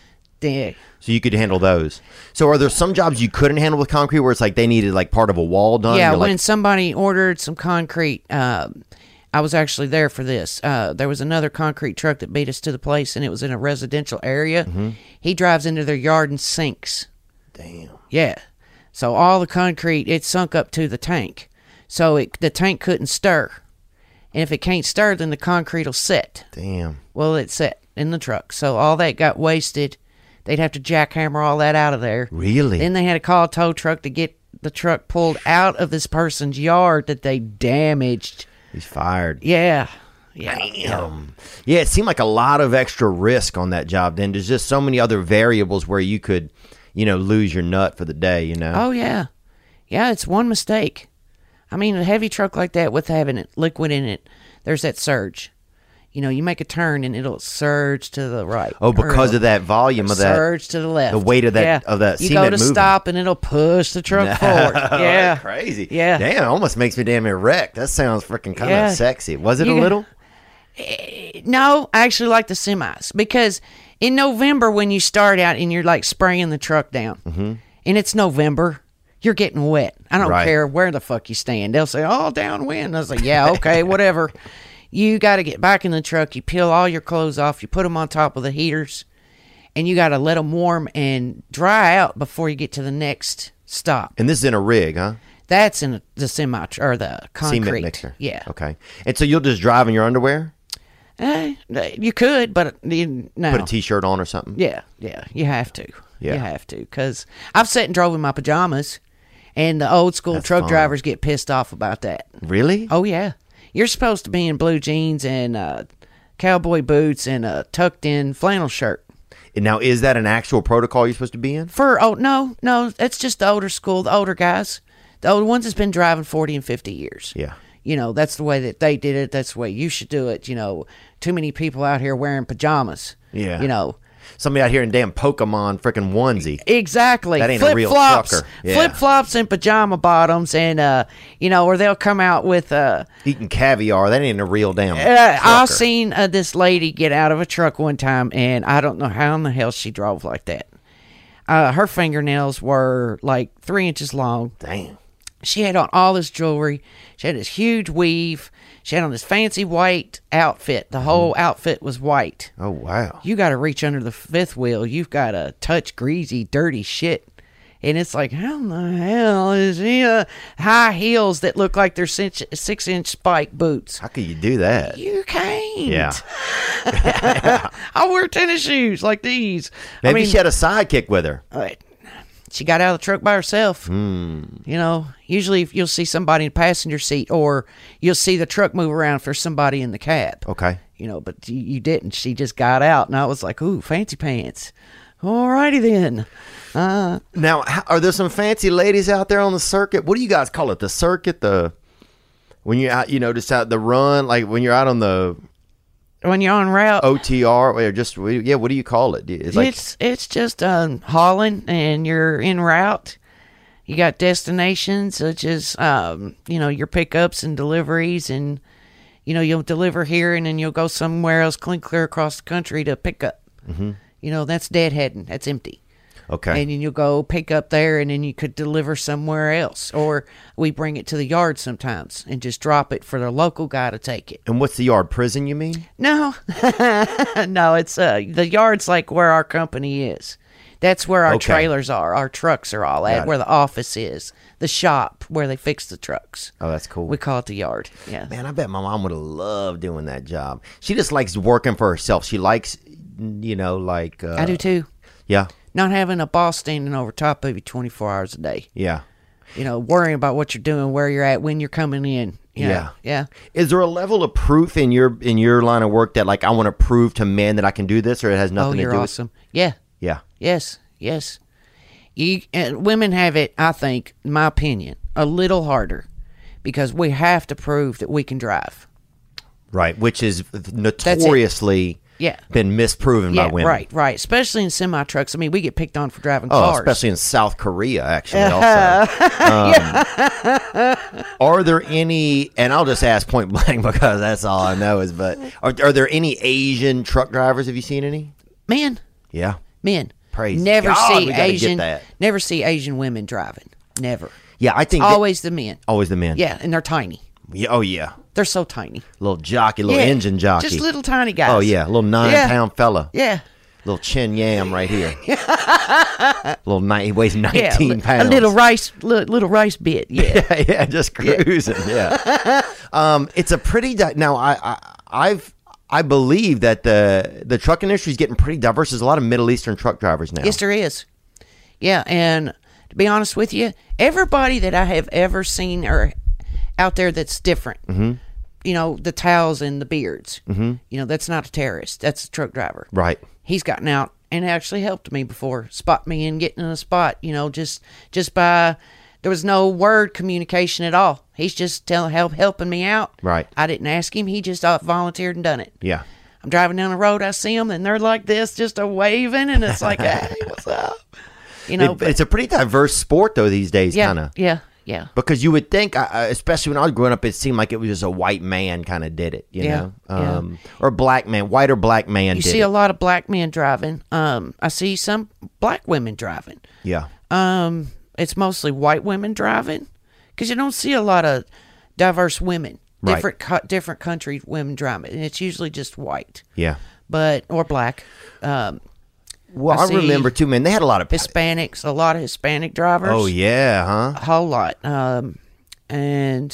Yeah.
So you could handle those. So are there some jobs you couldn't handle with concrete where it's like they needed like part of a wall done?
yeah
Oh, You're
when
like,
somebody ordered some concrete um, i was actually there for this uh, there was another concrete truck that beat us to the place and it was in a residential area
Mm-hmm.
he drives into their yard and sinks damn yeah so all the concrete it sunk up to the tank so it, the tank couldn't stir and if it can't stir then the concrete will set
damn.
well it set in the truck so all that got wasted they'd have to jackhammer all that out of there
Really?
then they had to call a tow truck to get the truck pulled out of this person's yard that they damaged.
He's fired.
Yeah. Yeah. yeah.
Um, yeah, it seemed like a lot of extra risk on that job. Then there's just so many other variables where you could, you know, lose your nut for the day. You know.
Oh, yeah. Yeah, it's one mistake. I mean, a heavy truck like that with having it, liquid in it, there's that surge. You know, you make a turn and it'll surge to the right.
Oh,
or
because of
it'll
that volume of that.
surge to the left.
the weight of that-
Yeah.
of that
You
cement
go to
moving.
stop and it'll push
*laughs*
the truck forward. Yeah,
Oh, Crazy.
Yeah.
Damn, almost makes me damn erect. That sounds freaking kind
Yeah.
of sexy. Was it a
You-
little?
No, I actually like the semis because in November when you start out and you're like spraying the truck down, and it's November, you're getting wet. I don't
Mm-hmm. Right.
care where the fuck you stand. They'll say, "Oh, downwind." I was like,
*laughs*
"Yeah, okay, whatever." You got to get back in the truck. You peel all your clothes off. You put them on top of the heaters, and you got to let them warm and dry out before you get to the next stop.
And this is in a rig, huh?
That's in the semi or the concrete.
Cement mixer.
Yeah.
Okay. And so you'll just drive in your underwear,
Eh, you could, but you, no.
put a t-shirt on or something.
Yeah, yeah, you have to.
Yeah.
You have to because I've sat and drove in my pajamas, and the old school truck
fine.
drivers get pissed off about that.
Really?
Oh yeah, you're supposed to be in blue jeans and uh, cowboy boots and a tucked in flannel shirt.
And Now is that an actual protocol you're supposed to be in?
For oh no no, that's just the older school, the older guys, the older ones that's been driving forty and fifty years.
Yeah.
You know that's the way that they did it. That's the way you should do it. You know, too many people out here wearing pajamas.
Yeah.
You know,
Somebody out here in damn Pokemon freaking onesie.
Exactly.
That ain't a
flip
real
flops,
trucker. Yeah.
flip flops, and pajama bottoms, and uh, you know, or they'll come out with. Uh,
Eating caviar. That ain't a real damn.
uh, I've
trucker.
seen uh, this lady get out of a truck one time, and I don't know how in the hell she drove like that. Uh, her fingernails were like three inches long.
Damn.
She had on all this jewelry. She had this huge weave. She had on this fancy white outfit.
Mm-hmm.
The whole outfit was white.
Oh wow.
you got to reach under the fifth wheel. You've got to touch greasy, dirty shit. And it's like, how in the hell is he uh, high heels that look like they're six, six inch spike boots?
How could you do that?
You can't.
Yeah.
I wear tennis shoes like these.
Maybe
I mean,
she had a sidekick with her.
uh, she got out of the truck by herself.
Hmm.
You know, usually if you'll see somebody in the passenger seat or you'll see the truck move around for somebody in the cab
Okay.
you know, but you, you didn't. She just got out, and I was like, "Ooh, fancy pants." Alrighty then.
Now, h- are there some fancy ladies out there on the circuit? What do you guys call it? The circuit, the when you're out, you know, just out the run, like when you're out on the
When you're on route,
OTR or just yeah, what do you call it? It's Oh, like
it's it's just um, hauling, and you're in route. You got destinations such as um, you know your pickups and deliveries, and you know you'll deliver here, and then you'll go somewhere else, clean clear across the country to pick up. Mm-hmm. You know that's deadheading. That's empty.
okay,
and then you'll go pick up there and then you could deliver somewhere else or we bring it to the yard sometimes and just drop it for the local guy to take it
and what's the yard prison? You mean?
no *laughs* no it's uh the yard's like where our company is that's where our
Okay.
trailers are our trucks are all at
Got it.
where the office is the shop where they fix the trucks
Oh, that's cool.
we call it the yard yeah
Man, I bet my mom would have loved doing that job. She just likes working for herself. She likes, you know, like uh,
i do too
Yeah,
not having a boss standing over top of you 24 hours a day
yeah.
you know, worrying about what you're doing, where you're at, when you're coming in. you know.
Yeah.
Yeah.
Is there a level of proof in your in your line of work that like I want to prove to men that I can do this, or it has
Oh,
nothing to
you're
do
awesome. Yeah.
with? Yeah,
Yes. Yes. You, and women have it, I think, in my opinion, a little harder because we have to prove that we can drive.
right. Which is notoriously
Yeah.
been misproven
Yeah,
by women,
right, right. Especially in semi trucks. I mean, we get picked on for driving
Oh,
cars.
especially in South Korea, actually.
*laughs*
Also, Um, are there any? And I'll just ask point blank *laughs* because that's all I know is. But are, are there any Asian truck drivers? Have you seen any?
Men,
Yeah,
men,
Praise
never
God, we
see
gotta get
Asian,
that.
never see Asian women driving. Never,
yeah. I think that-
always the men.
always the men.
Yeah, and they're tiny.
Yeah, Oh yeah,
They're so tiny.
little jockey, little
Yeah,
engine jockey.
just little tiny guys.
Oh yeah, little nine
Yeah.
pound fella.
yeah,
Little chin yam right
*laughs*
here. little nine, he weighs
yeah.
nineteen
li-
pounds.
A little rice, li- little rice bit. Yeah,
*laughs* yeah, just cruising. Yeah.
*laughs*
um, it's a pretty di- now. I, I I've I believe that the the truck industry is getting pretty diverse. There's a lot of Middle Eastern truck drivers now.
yes, there is. Yeah, and to be honest with you, everybody that I have ever seen or out there that's different.
Mm-hmm.
You know the towels and the beards. Mm-hmm. You know that's not a terrorist. That's a truck driver.
Right.
he's gotten out and actually helped me before spot me and getting in a spot you know just just by there was no word communication at all he's just telling help helping me out
Right.
i didn't ask him he just uh, volunteered and done it
Yeah.
i'm driving down the road i see them and they're like this just a waving and it's
*laughs*
like hey what's up you know
It-
but-
it's a pretty diverse sport though these days,
yeah
kind of.
yeah yeah
Because you would think, I- I- especially when I was growing up, it seemed like it was just a white man kind of did it, you
Yeah,
know,
yeah.
um, or black man, white or black man.
you
did
see
it.
a lot of black men driving um i see some black women driving
yeah,
Um, it's mostly white women driving because you don't see a lot of diverse women,
Right.
different co- different country women driving, and it's usually just white,
yeah.
but or black, um,
Well,
I
I,
see-
remember too, man. They had a lot of
Hispanics, a lot of Hispanic drivers.
Oh yeah, huh?
a whole lot. Um, and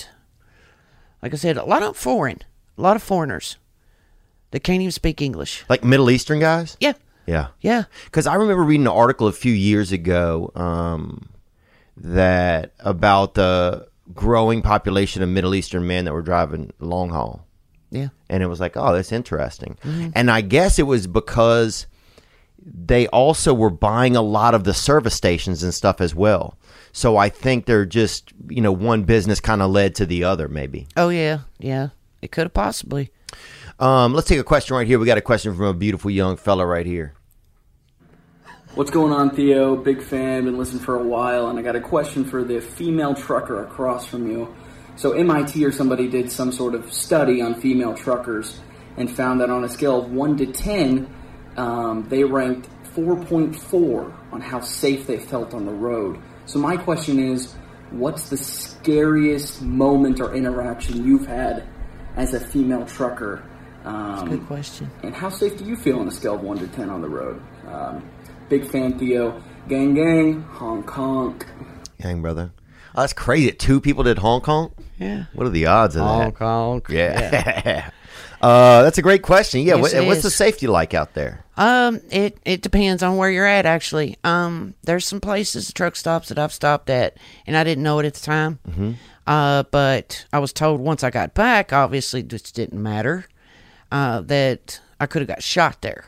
like I said, a lot of foreign, a lot of foreigners that can't even speak English.
Like Middle Eastern guys.
Yeah,
Yeah.
yeah,
Because I remember reading an article a few years ago um, that about the growing population of Middle Eastern men that were driving long haul,
yeah,
and it was like, oh, that's interesting. And I guess it was because they also were buying a lot of the service stations and stuff as well. So I think they're just you know one business kind of led to the other maybe.
oh yeah, yeah. It could have possibly.
Um, let's take a question right here. We got a question from a beautiful young fella right here.
What's going on, Theo? Big fan, been listening for a while, and I got a question for the female trucker across from you. So, MIT or somebody did some sort of study on female truckers and found that on a scale of 1 to 10, um, they ranked 4.4 on how safe they felt on the road. So, my question is what's the scariest moment or interaction you've had as a female trucker? Um,
Good question.
and how safe do you feel on a scale of 1 to 10 on the road? Um, big fan, Theo. Gang, gang. Hong Kong.
Dang, brother. Oh, that's crazy. Two people did Hong Kong?
Yeah.
What are the odds of
Hong
that?
Kong.
Yeah. *laughs* uh, that's a great question. Yeah.
Yes,
what,
it
what's the
is.
safety like out there?
Um, it it depends on where you're at. Actually, um, there's some places truck stops that I've stopped at, and I didn't know it at the time. Mm-hmm. Uh, but I was told once I got back, obviously, this didn't matter. Uh, that I could have got shot there,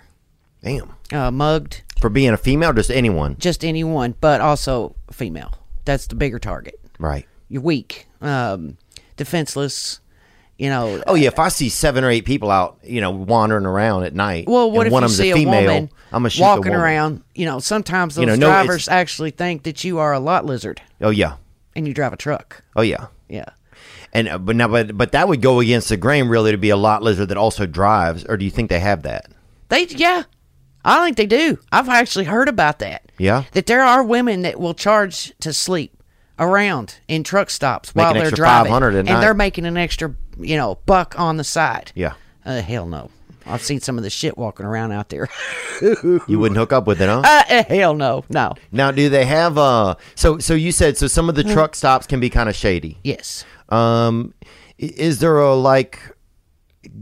Damn.
uh, mugged,
For being a female, just anyone.
just anyone, but also female. That's the bigger target.
Right.
You're weak, um, defenseless. You know.
Oh, yeah. If I see seven or eight people out, you know, wandering around at night,
Well, what
and
if
one
you
of them's
see
a
a,
female,
woman
I'm going to shoot the
walking
woman.
around? You know, sometimes those
know, no, it's-
drivers actually think that you are a lot lizard
Oh, yeah.
and you drive a truck.
Oh, yeah.
Yeah.
And uh, but now, but but that would go against the grain, really, to be a lot lizard that also drives. Or do you think they have that?
They yeah. I think they do. I've actually heard about that.
Yeah.
That there are women that will charge to sleep around in truck stops
Make
while
an
they're
extra
driving.
500 at
and
night.
they're making an extra, you know, buck on the side.
Yeah.
Uh, hell no. I've seen some of the shit walking around out there. *laughs*
You wouldn't hook up with it, huh?
Uh, uh, hell no. No.
Now, do they have uh? So, so you said so. Some of the
Mm.
truck stops can be kind of shady.
Yes.
Um, i- is there a like?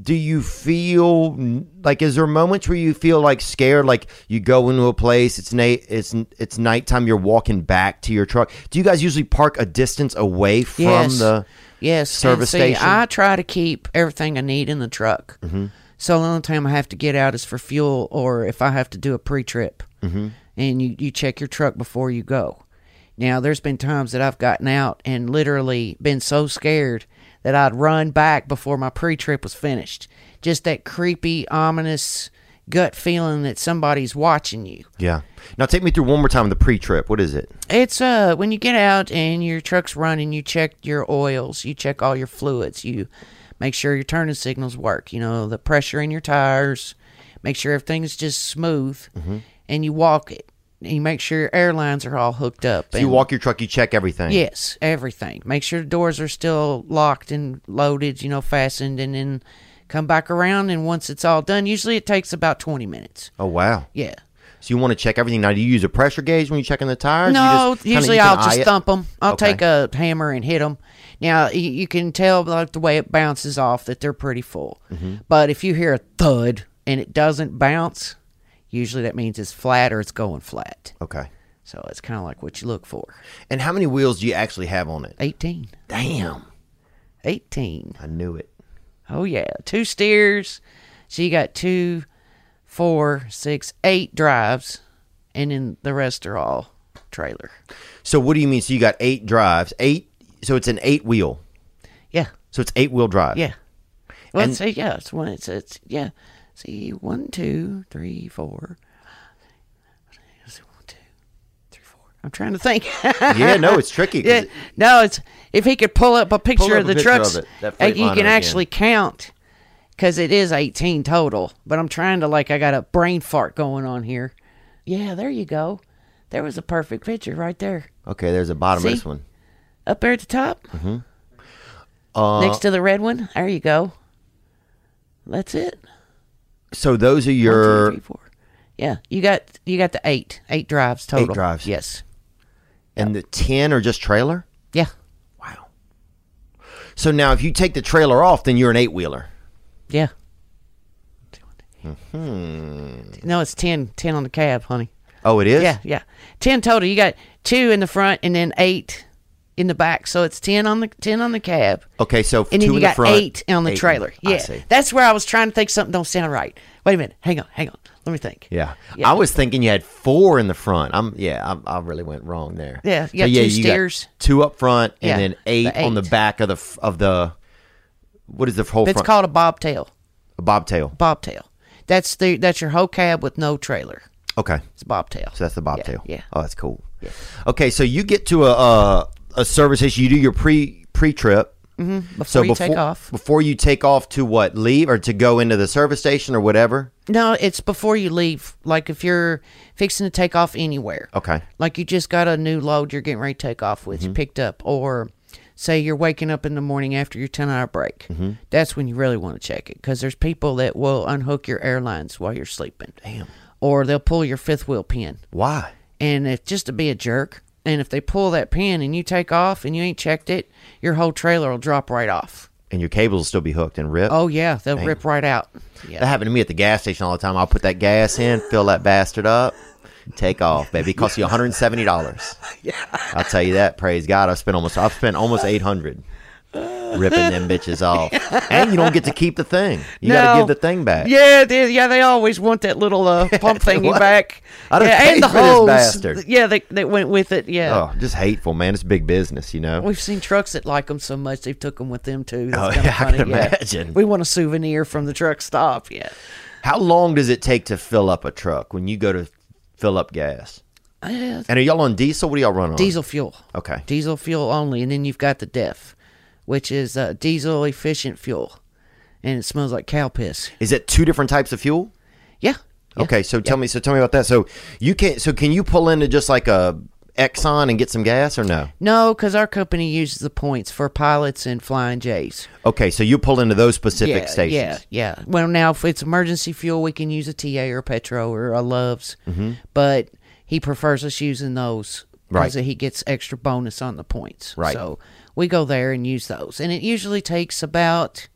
do you feel like is there moments where you feel like scared like you go into a place it's night it's it's nighttime you're walking back to your truck do you guys usually park a distance away from
yes.
the
yes and
service
see,
station? Mm-hmm.
I try to keep everything I need in the truck. So the only time I have to get out is for fuel, or if I have to do a pre-trip, mm-hmm. and you you check your truck before you go. Now there's been times that I've gotten out and literally been so scared that I'd run back before my pre-trip was finished. Just that creepy, ominous gut feeling that somebody's watching you.
yeah now take me through one more time the pre-trip what is it
It's uh when you get out and your truck's running, you check your oils, you check all your fluids, you make sure your turning signals work, you know, the pressure in your tires, make sure everything's just smooth
Mm-hmm.
and you walk it. And you make sure your airlines are all hooked up.
so
and
you walk your truck you check everything
Yes, everything. Make sure the doors are still locked and loaded, you know, fastened and then come back around and once it's all done, usually it takes about twenty minutes.
oh wow
Yeah.
so you want to check everything now do you use a pressure gauge when you're checking the tires You
No,
just kinda- you
usually
can
I'll
eye
just
it?
thump them. I'll
Okay.
take a hammer and hit them. Now y- you can tell like the way it bounces off that they're pretty full.
Mm-hmm.
But if you hear a thud and it doesn't bounce, usually that means it's flat or it's going flat.
okay
So it's kind of like what you look for.
and how many wheels do you actually have on it
18.
damn
18.
i knew it
Oh yeah, two steers. So you got two, four, six, eight drives, and then the rest are all trailer.
so what do you mean so you got eight drives eight so it's an eight wheel
Yeah.
so it's eight wheel drive
Yeah. Well,
And-
see, yeah, it's one. It's it's yeah. See, one, two, three, four. Is it one, two, three, four? I'm trying to think.
*laughs*
*laughs*
yeah, no, it's tricky. 'cause
yeah,
it-
no, it's if he could pull up a picture
up
of
a
the
picture of
trucks,
it, that
uh,
freight
you
liner
can
again.
actually count because it is 18 total. But I'm trying to like I got a brain fart going on here. Yeah, there you go. There was a perfect picture right there
okay, there's a bottom of this
See?
one.
up there at the top. Mm-hmm.
Uh,
Next to the red one. There you go. That's it.
So those are
One, two,
your
three, four. Yeah, you got you got the eight eight drives total.
drives.
Yes.
and the ten are just trailer.
Yeah.
Wow. So now, if you take the trailer off, then you're an eight wheeler.
Yeah.
Hmm.
No, it's 10, 10 on the cab, honey.
Oh, it is.
Yeah, yeah. Ten total. You got two in the front and then eight in the back. So it's ten on the ten on the cab.
Okay, so
And
Oh, two
then you
in
got
the front,
eight on the
eight in
trailer.
I
Yeah.
see.
That's where I was trying to think something don't sound right. Wait a minute. Hang on, hang on. Let me think.
Yeah.
Yeah.
I was thinking you had four in the front. I'm yeah, I, I really went wrong there.
Yeah,
So
you got two
you got
steers.
two up front, and
Yeah,
then eight,
the
on the
eight.
back of the f- of the what is the whole
It's
front
called a bobtail.
a bobtail.
Bobtail. That's the that's your whole cab with no trailer.
Okay,
It's a bobtail.
so that's the bobtail.
Yeah.
Oh, that's cool. Okay, so you get to a a, a service station. You do your pre pre trip.
Mm-hmm. Before
So
you
before
take off.
before you take off to what leave or to go into the service station or whatever.
No, it's before you leave. Like if you're fixing to take off anywhere.
Okay.
Like you just got a new load you're getting ready to take off with, you picked up, or say you're waking up in the morning after your 10 hour break. That's when you really want to check it because there's people that will unhook your airlines while you're sleeping. Damn. Or they'll pull your fifth wheel pin.
Why?
And if just to be a jerk, and if they pull that pin and you take off and you ain't checked it, your whole trailer will drop right off.
And your cables will still be hooked and ripped.
Oh, yeah. They'll rip right out. Yeah.
That happened to me at the gas station all the time. I'll put that gas in, fill that bastard up, take off, baby. It costs you
*laughs*
$170. Yeah. I'll tell you that, praise God. I've spent almost I've spent almost 800 ripping them
*laughs*
bitches off. And you don't get to keep the thing. You got to give the
No.
thing back.
Yeah, they, yeah, they always want that
*laughs*
little uh, pump
They
thingy
want-
back.
I done
yeah,
paid
and the
for this
hose.
bastard.
Yeah, they that went with it. Yeah,
Oh, just hateful, man. It's big business, you know.
we've seen trucks that like them so much they've took them with them too. That's
Oh,
kinda
yeah, I
funny.
can
yeah.
imagine.
We want a souvenir from the truck stop. Yeah,
How long does it take to fill up a truck when you go to fill up gas?
Uh,
And are y'all on diesel? What do y'all run on?
diesel fuel.
Okay.
diesel fuel only, and then you've got the DEF, which is uh, diesel efficient fuel, and it smells like cow piss.
Is it two different types of fuel?
Yeah. yeah.
Okay, so tell me, so tell me about that. So you can, so can you pull into just like a Exxon and get some gas or no?
No, because our company uses the points for pilots and flying J's.
Okay, so you pull into those specific
yeah,
stations.
Yeah, yeah. Well, now if it's emergency fuel, we can use a TA or Petro or a Loves,
Mm-hmm.
but he prefers us using those
Right.
because he gets extra bonus on the points.
Right.
So we go there and use those, and it usually takes about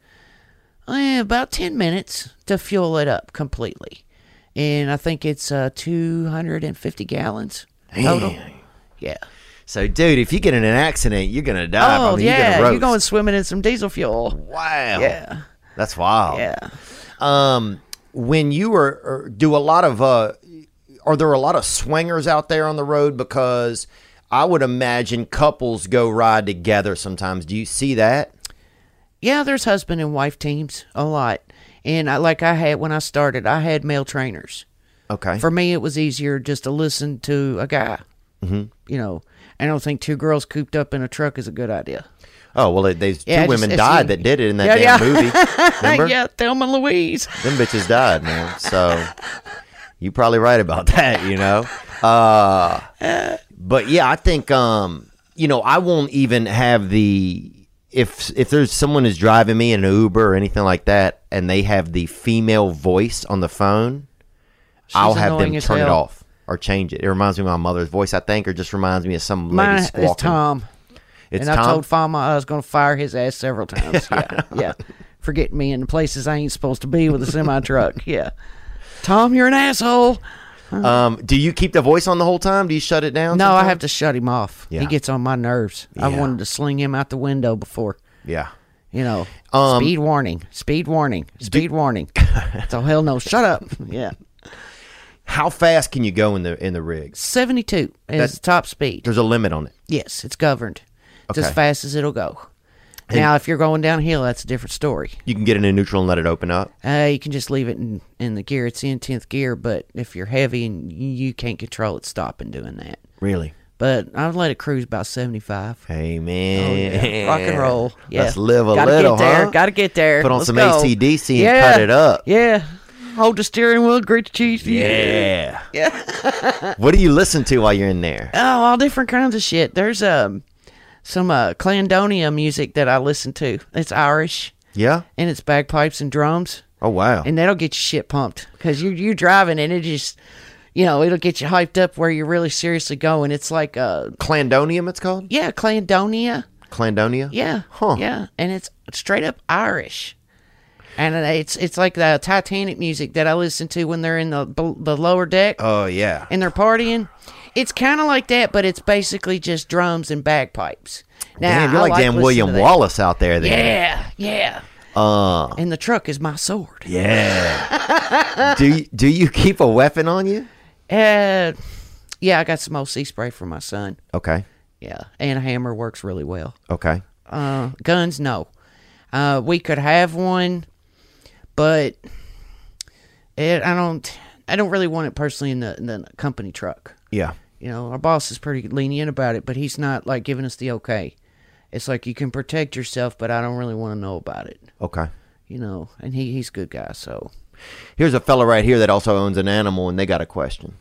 eh, about 10 minutes to fuel it up completely. And I think it's uh, 250 gallons total. Yeah.
So, dude, if you get in an accident, you're gonna die. I
Oh,
mean,
yeah.
you're gonna
You're
roast. Oh,
going swimming in some diesel fuel.
Wow.
Yeah.
That's wild.
Yeah.
Um, when you are, are- do a lot of, uh, are there a lot of swingers out there on the road? Because I would imagine couples go ride together sometimes. Do you see that?
Yeah, there's husband and wife teams a lot. And I, like I had when I started, I had male trainers.
Okay.
For me, it was easier just to listen to a guy. Mm-hmm. You know, I don't think two girls cooped up in a truck is a good idea.
oh well, they, two
Yeah, I just-
women
I
died
see-
that did it in that
Yeah,
damn
*laughs*
movie. Remember?
yeah, Thelma and Louise.
Them bitches died, man. So you probably right about *laughs* that, you know. Uh, but yeah, I think um, you know, I won't even have the if if there's someone is driving me in an Uber or anything like that, and they have the female voice on the phone, I'll have them
annoying as
turn it
hell.
off or change it. It reminds me of my mother's voice, I think, or just reminds me of some lady
Mine
squawking.
is Tom.
It's
and I
Tom?
told Fama I was going to fire his ass several times. *laughs* Yeah, yeah. For getting me in places I ain't supposed to be with a semi *laughs* truck. Yeah. Tom, you're an asshole.
Um, do you keep the voice on the whole time? Do you shut it down?
No, I
sometimes?
have to shut him off.
Yeah.
He gets on my nerves. I
Yeah.
wanted to sling him out the window before.
Yeah.
You know,
Um,
speed warning, speed warning, speed
*laughs*
warning. so hell no, shut up. Yeah,
How fast can you go in the in the rigs?
seventy-two is
That's-
the top speed.
There's a limit on it.
Yes, it's governed. It's
Okay.
as fast as it'll go. now, if you're going downhill, that's a different story.
You can get it in neutral and let it open up.
Uh, you can just leave it in, in the gear. It's in tenth gear, but if you're heavy and you can't control it, stopping doing that.
Really?
But I would let it cruise about seventy-five.
Hey man,
Rock and roll. Yeah.
Let's live a
Gotta
little,
Get there.
huh?
Gotta get there.
Put on
Let's
some
go.
AC/DC and cut it up.
Yeah. Hold the steering wheel, grate the cheese.
*laughs* Yeah. *laughs* what do you listen to while you're in there?
Oh, all different kinds of shit. There's um some uh Clandonia music that I listen to. It's Irish
Yeah.
and it's bagpipes and drums.
Oh wow.
And that'll get your shit pumped because you you're driving and it just you know it'll get you hyped up where you're really seriously going. It's like uh
Clandonium, it's called.
yeah Clandonia.
Clandonia.
Yeah.
Huh.
Yeah, and it's straight up Irish. And it's it's like the Titanic music that I listen to when they're in the the lower deck
Oh yeah.
and they're partying. It's kind of like that, but it's basically just drums and bagpipes. Now,
Damn, you're
I
like, damn
listening
William
to that.
Wallace out there. Then.
Yeah, yeah.
Uh,
And the truck is my sword.
yeah. do you, do you keep a weapon on you?
Uh, yeah, I got some OC spray for my son.
Okay.
Yeah, and a hammer works really well.
Okay.
Uh, guns, no. Uh, we could have one, but it, I don't. I don't really want it personally in the, in the company truck.
Yeah.
You know, our boss is pretty lenient about it, but he's not like giving us the okay. It's like you can protect yourself, but I don't really want to know about it.
Okay.
You know, and he he's a good guy, so
Here's a fella right here that also owns an animal, and they got a question.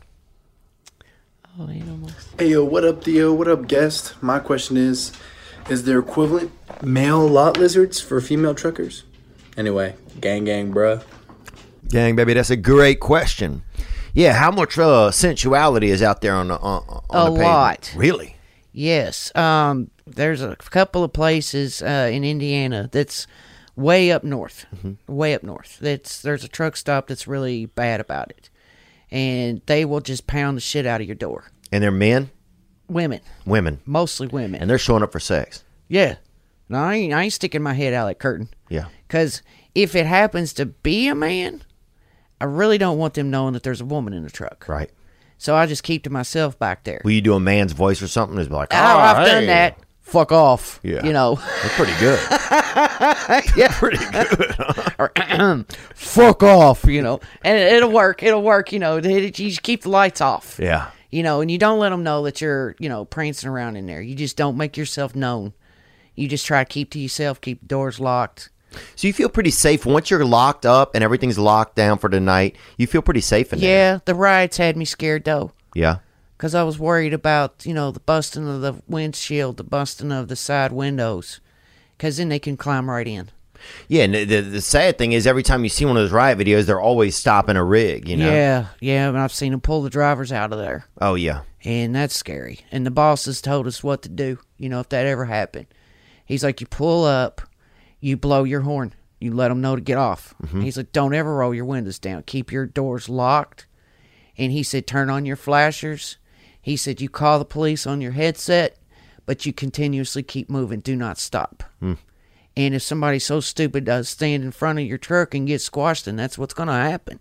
oh, animals.
Hey yo, what up, Theo? What up, guest? My question is Is there equivalent male lot lizards for female truckers? Anyway, gang gang, bruh.
Gang, baby, that's a great question. Yeah, how much uh, sensuality is out there on the on, on
A
the pavement?
lot.
Really?
Yes, um, there's a couple of places uh, in Indiana that's way up north,
Mm-hmm.
way up north. That's there's a truck stop that's really bad about it, and they will just pound the shit out of your door.
And they're men,
Women,
women,
mostly women.
and they're showing up for sex.
yeah, no, I ain't, I ain't sticking my head out that curtain.
Yeah.
Because if it happens to be a man, I really don't want them knowing that there's a woman in the truck.
Right.
So I just keep to myself back there.
Will you do a man's voice or something? It's like, oh,
oh, I've
hey."
done that. Fuck off.
Yeah.
You know,
That's pretty
*laughs*
good. *laughs* yeah, pretty good.
or *coughs* fuck off, you know, and it, it'll work. It'll work, you know. It- it- You just keep the lights off.
Yeah.
You know, and you don't let them know that you're, you know, prancing around in there. You just don't make yourself known. You just try to keep to yourself, keep the doors locked.
So you feel pretty safe once you're locked up and everything's locked down for tonight. You feel pretty safe in there.
Yeah, the riots had me scared though.
Yeah.
because I was worried about you know the busting of the windshield, the busting of the side windows, because then they can climb right in.
Yeah. And the, the, the sad thing is, every time you see one of those riot videos, they're always stopping a rig. You know.
Yeah, yeah, and I've seen them pull the drivers out of there,
Oh yeah.
and that's scary. And the boss has told us what to do. You know, if that ever happened, he's like, you pull up, you blow your horn, You let them know to get off. He's like, don't ever roll your windows down. Keep your doors locked. And he said, turn on your flashers. He said, you call the police on your headset, but you continuously keep moving. Do not stop. And if somebody so stupid does stand in front of your truck and get squashed, then that's what's going to happen.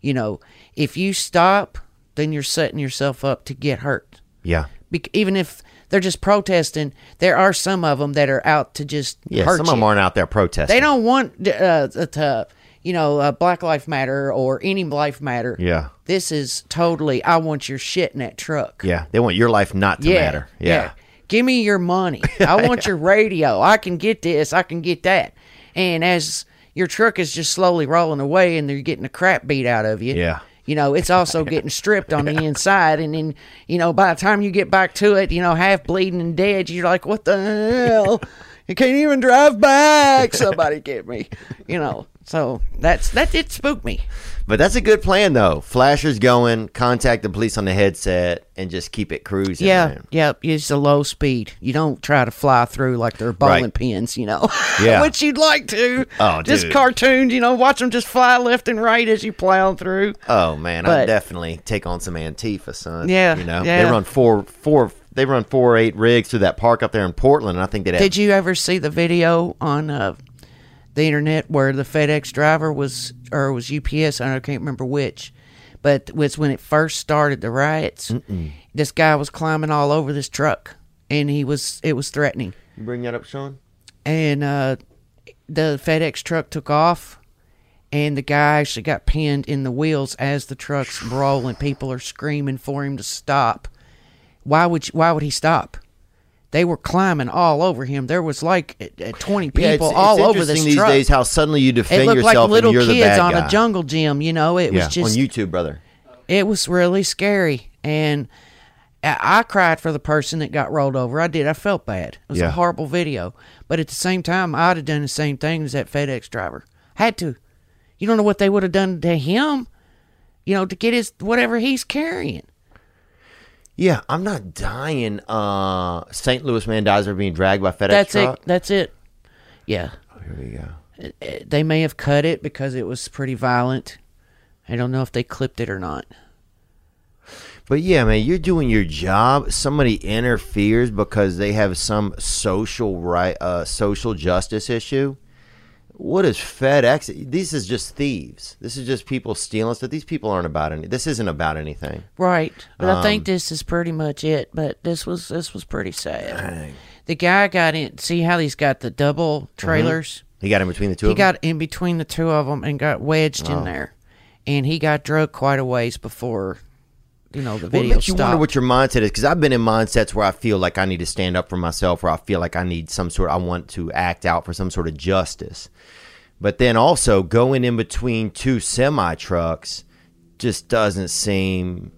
You know, if you stop, then you're setting yourself up to get hurt.
Yeah.
Bec- even if they're just protesting, there are some of them that are out to just
Yeah.
hurt
some of them
you.
aren't out there protesting.
They don't want uh, to, you know, uh, Black Life Matter or any life matter.
Yeah.
This is totally. I want your shit in that truck.
Yeah. They want your life not to
Yeah,
matter. Yeah.
Give me
*laughs*
your money. I want your radio. I can get this. I can get that. And as your truck is just slowly rolling away, and they're getting the crap beat out of you.
Yeah.
You know, it's also getting
*laughs*
stripped on the inside, and then you know by the time you get back to it, you know half bleeding and dead. You're like, what the hell? You can't even drive back. Somebody get me. You know. So that's that. It spooked me.
But that's a good plan, though. Flashers going, contact the police on the headset, and just keep it cruising.
Yeah,
man.
yeah, it's a low speed. You don't try to fly through like they're bowling
Right.
pins, you know. *laughs*
Yeah.
Which you'd like to.
Oh,
Just
dude.
cartoons, you know, watch them just fly left and right as you plow through.
Oh man, I
But-
definitely take on some Antifa, son.
Yeah,
You know
yeah.
they run four four they run four eight rigs through that park up there in Portland, and I think they'd have
Did you ever see the video on uh, the internet where the FedEx driver was, or it was UPS? I, don't, I can't remember which, but it was when it first started the riots. This guy was climbing all over this truck, and he was it was threatening.
you bring that up, Sean.
and uh, the FedEx truck took off, and the guy actually got pinned in the wheels as the truck's rolling. People are screaming for him to stop. Why would you, why would he stop? They were climbing all over him. There was like uh, uh, twenty people
yeah, it's,
all
it's
over this
interesting these
truck.
days how suddenly you
it
defend
looked like
yourself
little
and you're the
kids
bad
on
guy.
a jungle gym. You know, it
yeah,
was just
on YouTube, brother.
it was really scary and i I cried for the person that got rolled over i did i felt bad it was
Yeah.
a horrible video but at the same time i'd have done the same thing as that fedex driver had to you don't know what they would have done to him you know to get his whatever he's carrying
Yeah, I'm not dying. Uh, St. Louis man dies for being dragged by FedEx
that's
truck. Oh,
it that's it yeah
Here we go.
Eh, they may have cut it because it was pretty violent i don't know if they clipped it or not
But yeah, man, you're doing your job. Somebody interferes because they have some social right, uh, social justice issue. What is FedEx? This is just thieves. This is just people stealing stuff. These people aren't about any. This isn't about anything.
Right. But I
Um,
think this is pretty much it. But this was this was pretty sad. The guy got in. See how he's got the double
Mm-hmm.
trailers.
He got in between the two.
He
of them?
got in between the two of them and got wedged
Oh.
in there, and he got drugged quite a ways before, you know, the
What
video
makes you wonder
stopped.
what your mindset is? Because I've been in mindsets where I feel like I need to stand up for myself, where I feel like I need some sort. I want to act out for some sort of justice, but then also going in between two semi trucks just doesn't seem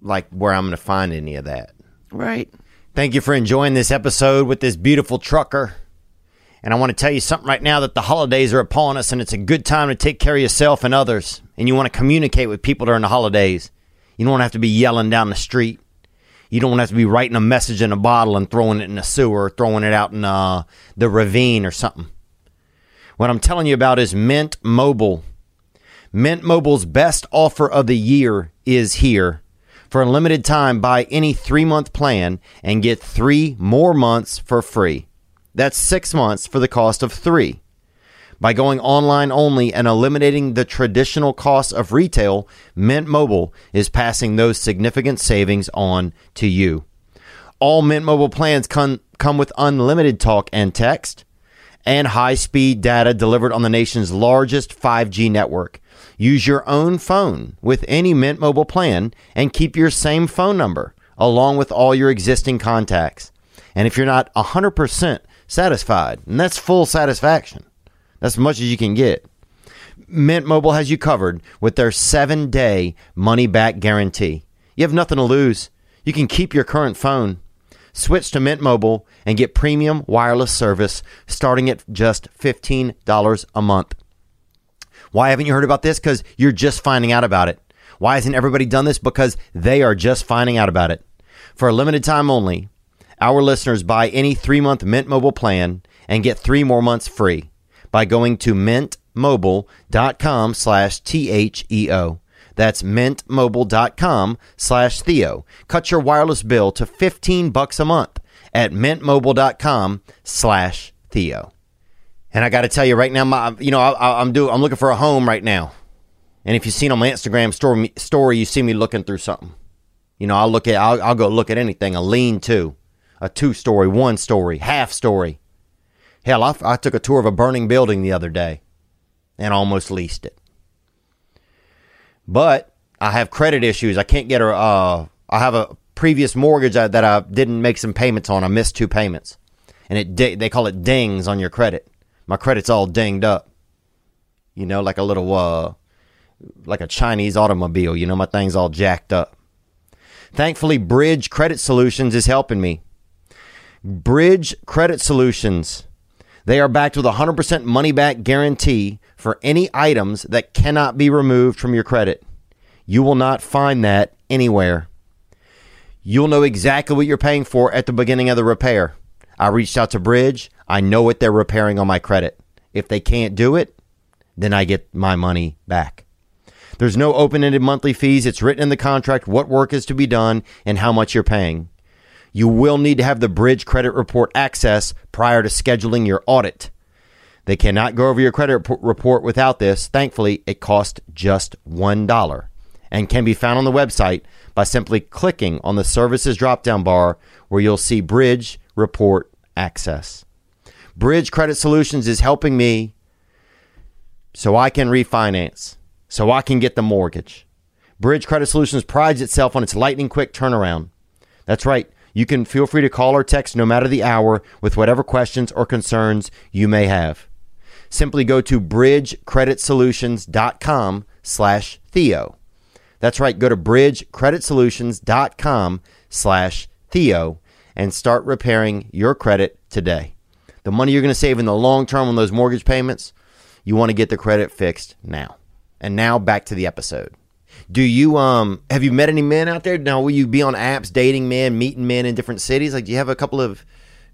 like where I'm going to find any of that.
right.
Thank you for enjoying this episode with this beautiful trucker. And I want to tell you something right now that the holidays are upon us and it's a good time to take care of yourself and others. And you want to communicate with people during the holidays. You don't have to be yelling down the street. You don't have to be writing a message in a bottle and throwing it in a sewer or throwing it out in uh, the ravine or something. What I'm telling you about is Mint Mobile. Mint Mobile's best offer of the year is here. For a limited time, buy any three month plan and get three more months for free. That's six months for the cost of three. By going online only and eliminating the traditional costs of retail, Mint Mobile is passing those significant savings on to you. All Mint Mobile plans come, come with unlimited talk and text and high speed data delivered on the nation's largest 5G network. Use your own phone with any Mint Mobile plan and keep your same phone number along with all your existing contacts. And if you're not 100% satisfied, and that's full satisfaction, that's as much as you can get. Mint Mobile has you covered with their seven day money back guarantee. You have nothing to lose. You can keep your current phone. Switch to Mint Mobile and get premium wireless service starting at just $15 a month. Why haven't you heard about this? Because you're just finding out about it. Why hasn't everybody done this? Because they are just finding out about it. For a limited time only, our listeners buy any three month Mint Mobile plan and get three more months free. by going to mintmobile.com slash T-H-E-O. That's mintmobile.com slash Theo. Cut your wireless bill to 15 bucks a month at mintmobile.com slash Theo. And I got to tell you right now, my, you know, I, I, I'm doing, I'm looking for a home right now. And if you've seen on my Instagram story, story, you see me looking through something. You know, I'll look at, I'll, I'll go look at anything, a lean to, a two story, one story, half story. Hell, I, I took a tour of a burning building the other day and almost leased it. But I have credit issues. I can't get a, uh, I have a previous mortgage that that I didn't make some payments on. I missed two payments. And it di- they call it dings on your credit. My credit's all dinged up. You know, like a little, uh, like a Chinese automobile. You know, my thing's all jacked up. Thankfully, Bridge Credit Solutions is helping me. Bridge Credit Solutions. They are backed with a 100% money back guarantee for any items that cannot be removed from your credit. You will not find that anywhere. You'll know exactly what you're paying for at the beginning of the repair. I reached out to Bridge. I know what they're repairing on my credit. If they can't do it, then I get my money back. There's no open ended monthly fees. It's written in the contract what work is to be done and how much you're paying. You will need to have the Bridge Credit Report access prior to scheduling your audit. They cannot go over your credit rep- report without this. Thankfully, it costs just $1 and can be found on the website by simply clicking on the services drop down bar where you'll see Bridge Report access. Bridge Credit Solutions is helping me so I can refinance, so I can get the mortgage. Bridge Credit Solutions prides itself on its lightning quick turnaround. That's right. You can feel free to call or text no matter the hour with whatever questions or concerns you may have. Simply go to bridgecreditsolutions.com slash Theo. That's right. Go to bridgecreditsolutions.com slash Theo and start repairing your credit today. The money you're going to save in the long term on those mortgage payments, you want to get the credit fixed now. And now back to the episode. Do you um have you met any men out there? Now will you be on apps dating men, meeting men in different cities? Like do you have a couple of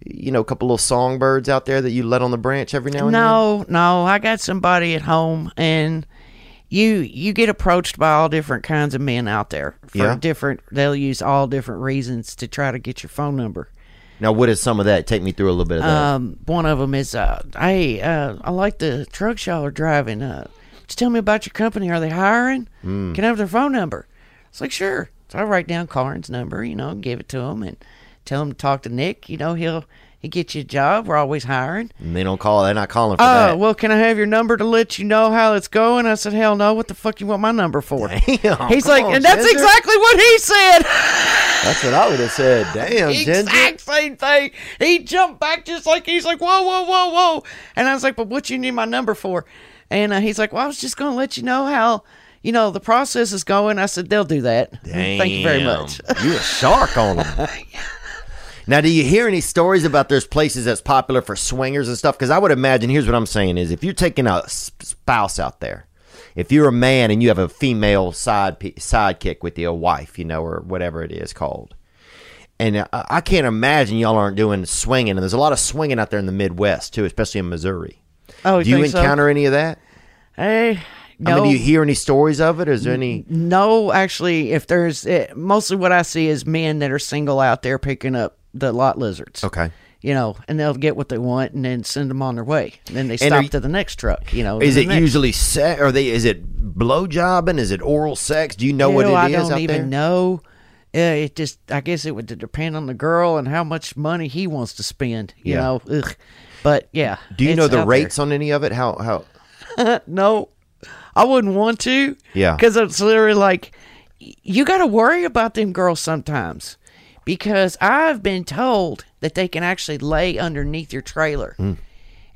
you know, a couple of songbirds out there that you let on the branch every now and then?
No, no, I got somebody at home, and you you get approached by all different kinds of men out there for
Yeah.
different. They'll use all different reasons to try to get your phone number.
Now what is some of that? Take me through a little bit of that.
Um, one of them is, uh, hey, uh, I like the trucks y'all are driving. Uh, just tell me about your company. Are they hiring?
Hmm.
Can I have their phone number? It's like, sure. So I write down Karin's number, you know, give it to him and tell him to talk to Nick. You know, he'll he'll get you a job. We're always hiring.
And they don't call they're not calling for
Oh,
that.
well, can I have your number to let you know how it's going? I said, hell no. What the fuck you want my number
*laughs*
for?
Damn,
He's
come
like,
on,
and that's
Ginger.
exactly what he said.
That's what I would have said. Damn, Ginger.
exact same thing. He jumped back just like he's like, whoa, whoa, whoa, whoa. And I was like, but what you need my number for? And uh, he's like, well, I was just going to let you know how, you know, the process is going. I said, they'll do that. Thank you very much. *laughs*
you a shark on them. now, do you hear any stories about there's places that's popular for swingers and stuff? Because I would imagine here's what I'm saying is if you're taking a s- spouse out there, if you're a man and you have a female side pe- sidekick with you, a wife, you know, or whatever it is called. And I, I can't imagine y'all aren't doing swinging. And there's a lot of swinging out there in the Midwest too, especially in Missouri.
Oh,
do you
think so?
encounter any of that?
Hey, no.
I mean, do you hear any stories of it? Is there any?
No, actually, if there's it, mostly what I see is men that are single out there picking up the lot lizards.
Okay.
You know, and they'll get what they want and then send them on their way. And then they
And are
stop
you-
to the next truck. You know, to
Is
the
it
next.
usually sex? Are they? Is it blowjobbing? Is it oral sex? Do you know what it is
Hell, I don't
out
even
there?
know. Uh, it just, I guess it would depend on the girl and how much money he wants to spend. You
Yeah.
know, Ugh. but yeah.
Do you
it's
know the
out
rates on any of it? How how?
There. No, I wouldn't want to.
Yeah.
because it's literally like y- you got to worry about them girls sometimes because I've been told that they can actually lay underneath your trailer.
Hmm.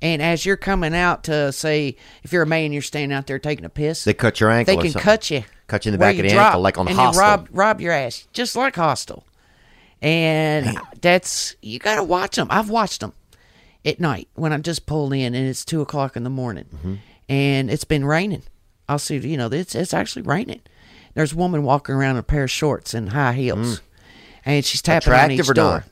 And as you're coming out to say, if you're a man, you're standing out there taking a piss.
They cut your ankle.
They
or
can
something.
cut you,
Cut you in the
where
back of the
drop
ankle, like on
and
Hostel.
Then rob, rob your ass, just like Hostel. And that's you got to watch them. I've watched them at night when I'm just pulled in, and it's two o'clock in the morning,
Mm-hmm.
and it's been raining. I'll see, you know, it's it's actually raining. There's a woman walking around in a pair of shorts and high heels, and she's tapping on
Mm. Attractive
each
or
door.
not?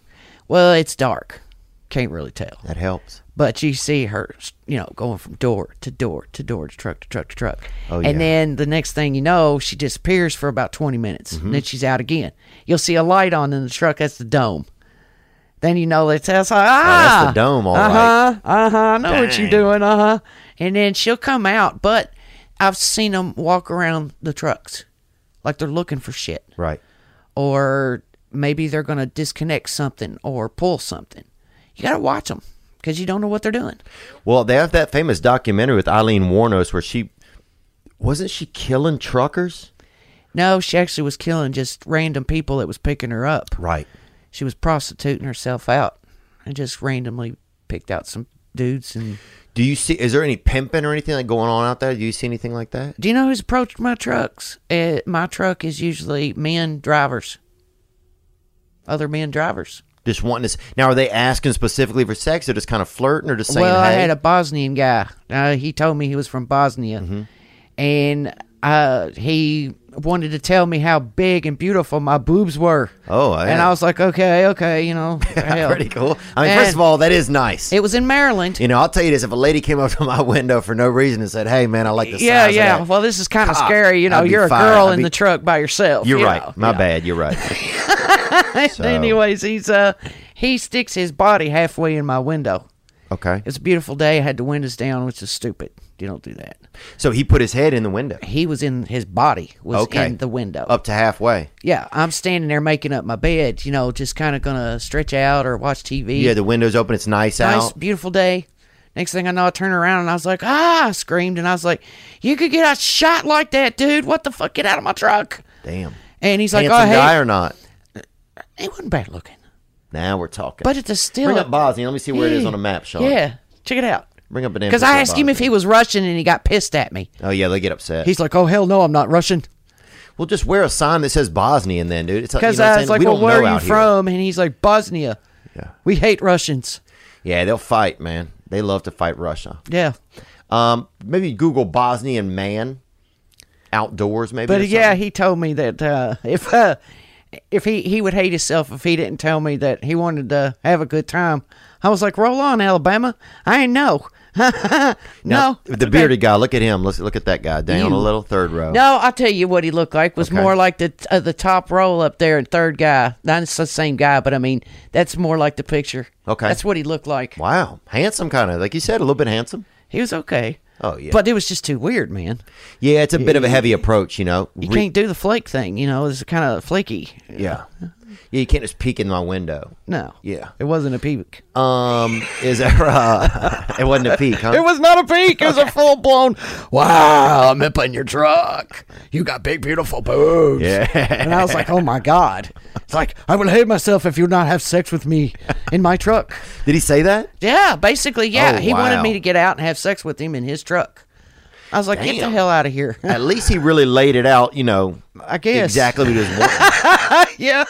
Well, it's dark, can't really tell.
That helps.
But you see her, you know, going from door to door to door to truck to truck to truck.
Oh, yeah.
And then the next thing you know, she disappears for about 20 minutes.
Mm-hmm.
And then she's out again. You'll see a light on in the truck. That's the dome. Then you know it's that's like, ah,
Oh, that's the dome, all
all
right.
right. Uh huh. Uh huh. I know what you're doing. Uh huh. And then she'll come out, but I've seen them walk around the trucks, like they're looking for shit,
Right.
or maybe they're gonna disconnect something or pull something. You gotta watch them because you don't know what they're doing.
Well, they have that famous documentary with Eileen Warnos where she wasn't she killing truckers?
No, she actually was killing just random people that was picking her up.
Right.
She was prostituting herself out and just randomly picked out some dudes and.
Do you see? Is there any pimping or anything like going on out there? Do you see anything like that?
Do you know who's approached my trucks? Uh, my truck is usually men drivers, other men drivers.
Just wanting to. s- Now, are they asking specifically for sex? They're just kind of flirting or just saying,
well,
"Hey."
I had a Bosnian guy. Uh, he told me he was from Bosnia,
Mm-hmm.
and uh, he wanted to tell me how big and beautiful my boobs were.
Oh,
and
yeah.
I was like, okay, okay, you
*laughs*
know, hell.
pretty cool. I mean, first
And-
of all, that is nice.
It was in Maryland.
you know, I'll tell you this: if a lady came up to my *laughs* window for no reason and said, "Hey, man, I like the
yeah,
size
yeah.
of that,"
Well, this is kind of
Cock.
scary. You know,
I'd be
you're a
fine.
girl
I'd
in
be-
the truck by yourself.
you're
you
right.
know,
my
you know.
bad. You're
*laughs*
right. So-
Anyways, he's uh he sticks his body halfway in my window.
okay.
It's a beautiful day. I had the windows down, which is stupid. You don't do that.
So he put his head in the window.
He was in his body was
Okay.
in the window.
Up to halfway.
Yeah, I'm standing there making up my bed. You know, just kind of gonna stretch out or watch TV.
Yeah, the window's open. It's nice,
nice,
out.
beautiful day. Next thing I know, I turn around and I was like, ah! I screamed and I was like, "You could get a shot like that, dude! What the fuck? Get out of my truck!"
Damn.
And he's like,
Handsome
"Oh, hey,
guy or not?
he wasn't bad looking,
Now we're talking.
but it's a still."
Bring up Bosnia. Let me see where it is on a map, Sean.
Yeah, check it out.
Bring up an
Because I asked him if he was Russian and he got pissed at me.
Oh yeah, they get upset.
He's like, "Oh hell no, I'm not Russian."
well, just wear a sign that says Bosnian, then, dude. It's you know
Because
what I'm
I
saying?
was uh, like,
we
"Well,
don't
where
know
are you
out here.
from?" And he's like, "Bosnia.
Yeah.
We hate Russians."
Yeah, they'll fight, man. They love to fight Russia.
Yeah,
Um, maybe Google Bosnian man outdoors, maybe.
but
or
yeah,
something.
he told me that uh, if uh, if he he would hate himself if he didn't tell me that he wanted to have a good time. I was like, "Roll on, Alabama. I ain't know."
Now,
*laughs* no,
the bearded guy. Look at him. Let's look at that guy down a little third row.
No, I'll tell you what he looked like. Was
Oh. Okay.
more like the uh, the top roll up there and third guy. Not it's the same guy, but I mean that's more like the picture.
Okay.
that's what he looked like.
Wow, handsome, kind of like you said, a little bit handsome.
He was okay.
Oh, yeah.
but it was just too weird, man.
Yeah, it's a bit of a heavy approach, you know.
You
Re-
can't do the flake thing. You know, it's kind of flaky. *laughs*
Yeah, yeah, you can't just peek in my window.
No,
Yeah.
it wasn't a peak.
Um, is there? Uh, *laughs* it wasn't a peek, huh?
It was not a peak. It was a full blown. Wow, I'm up on your truck. You got big, beautiful boobs.
Yeah. *laughs*
And I was like, oh my god. It's like I will hate myself if you not have sex with me in my truck.
Did he say that?
Yeah, basically, yeah.
Oh,
he
wow.
wanted me to get out and have sex with him in his truck. I was like, get the
Damn.
hell out of here.
At least he really laid it out, you know.
*laughs* I guess.
exactly what he was wanting. *laughs*
yeah.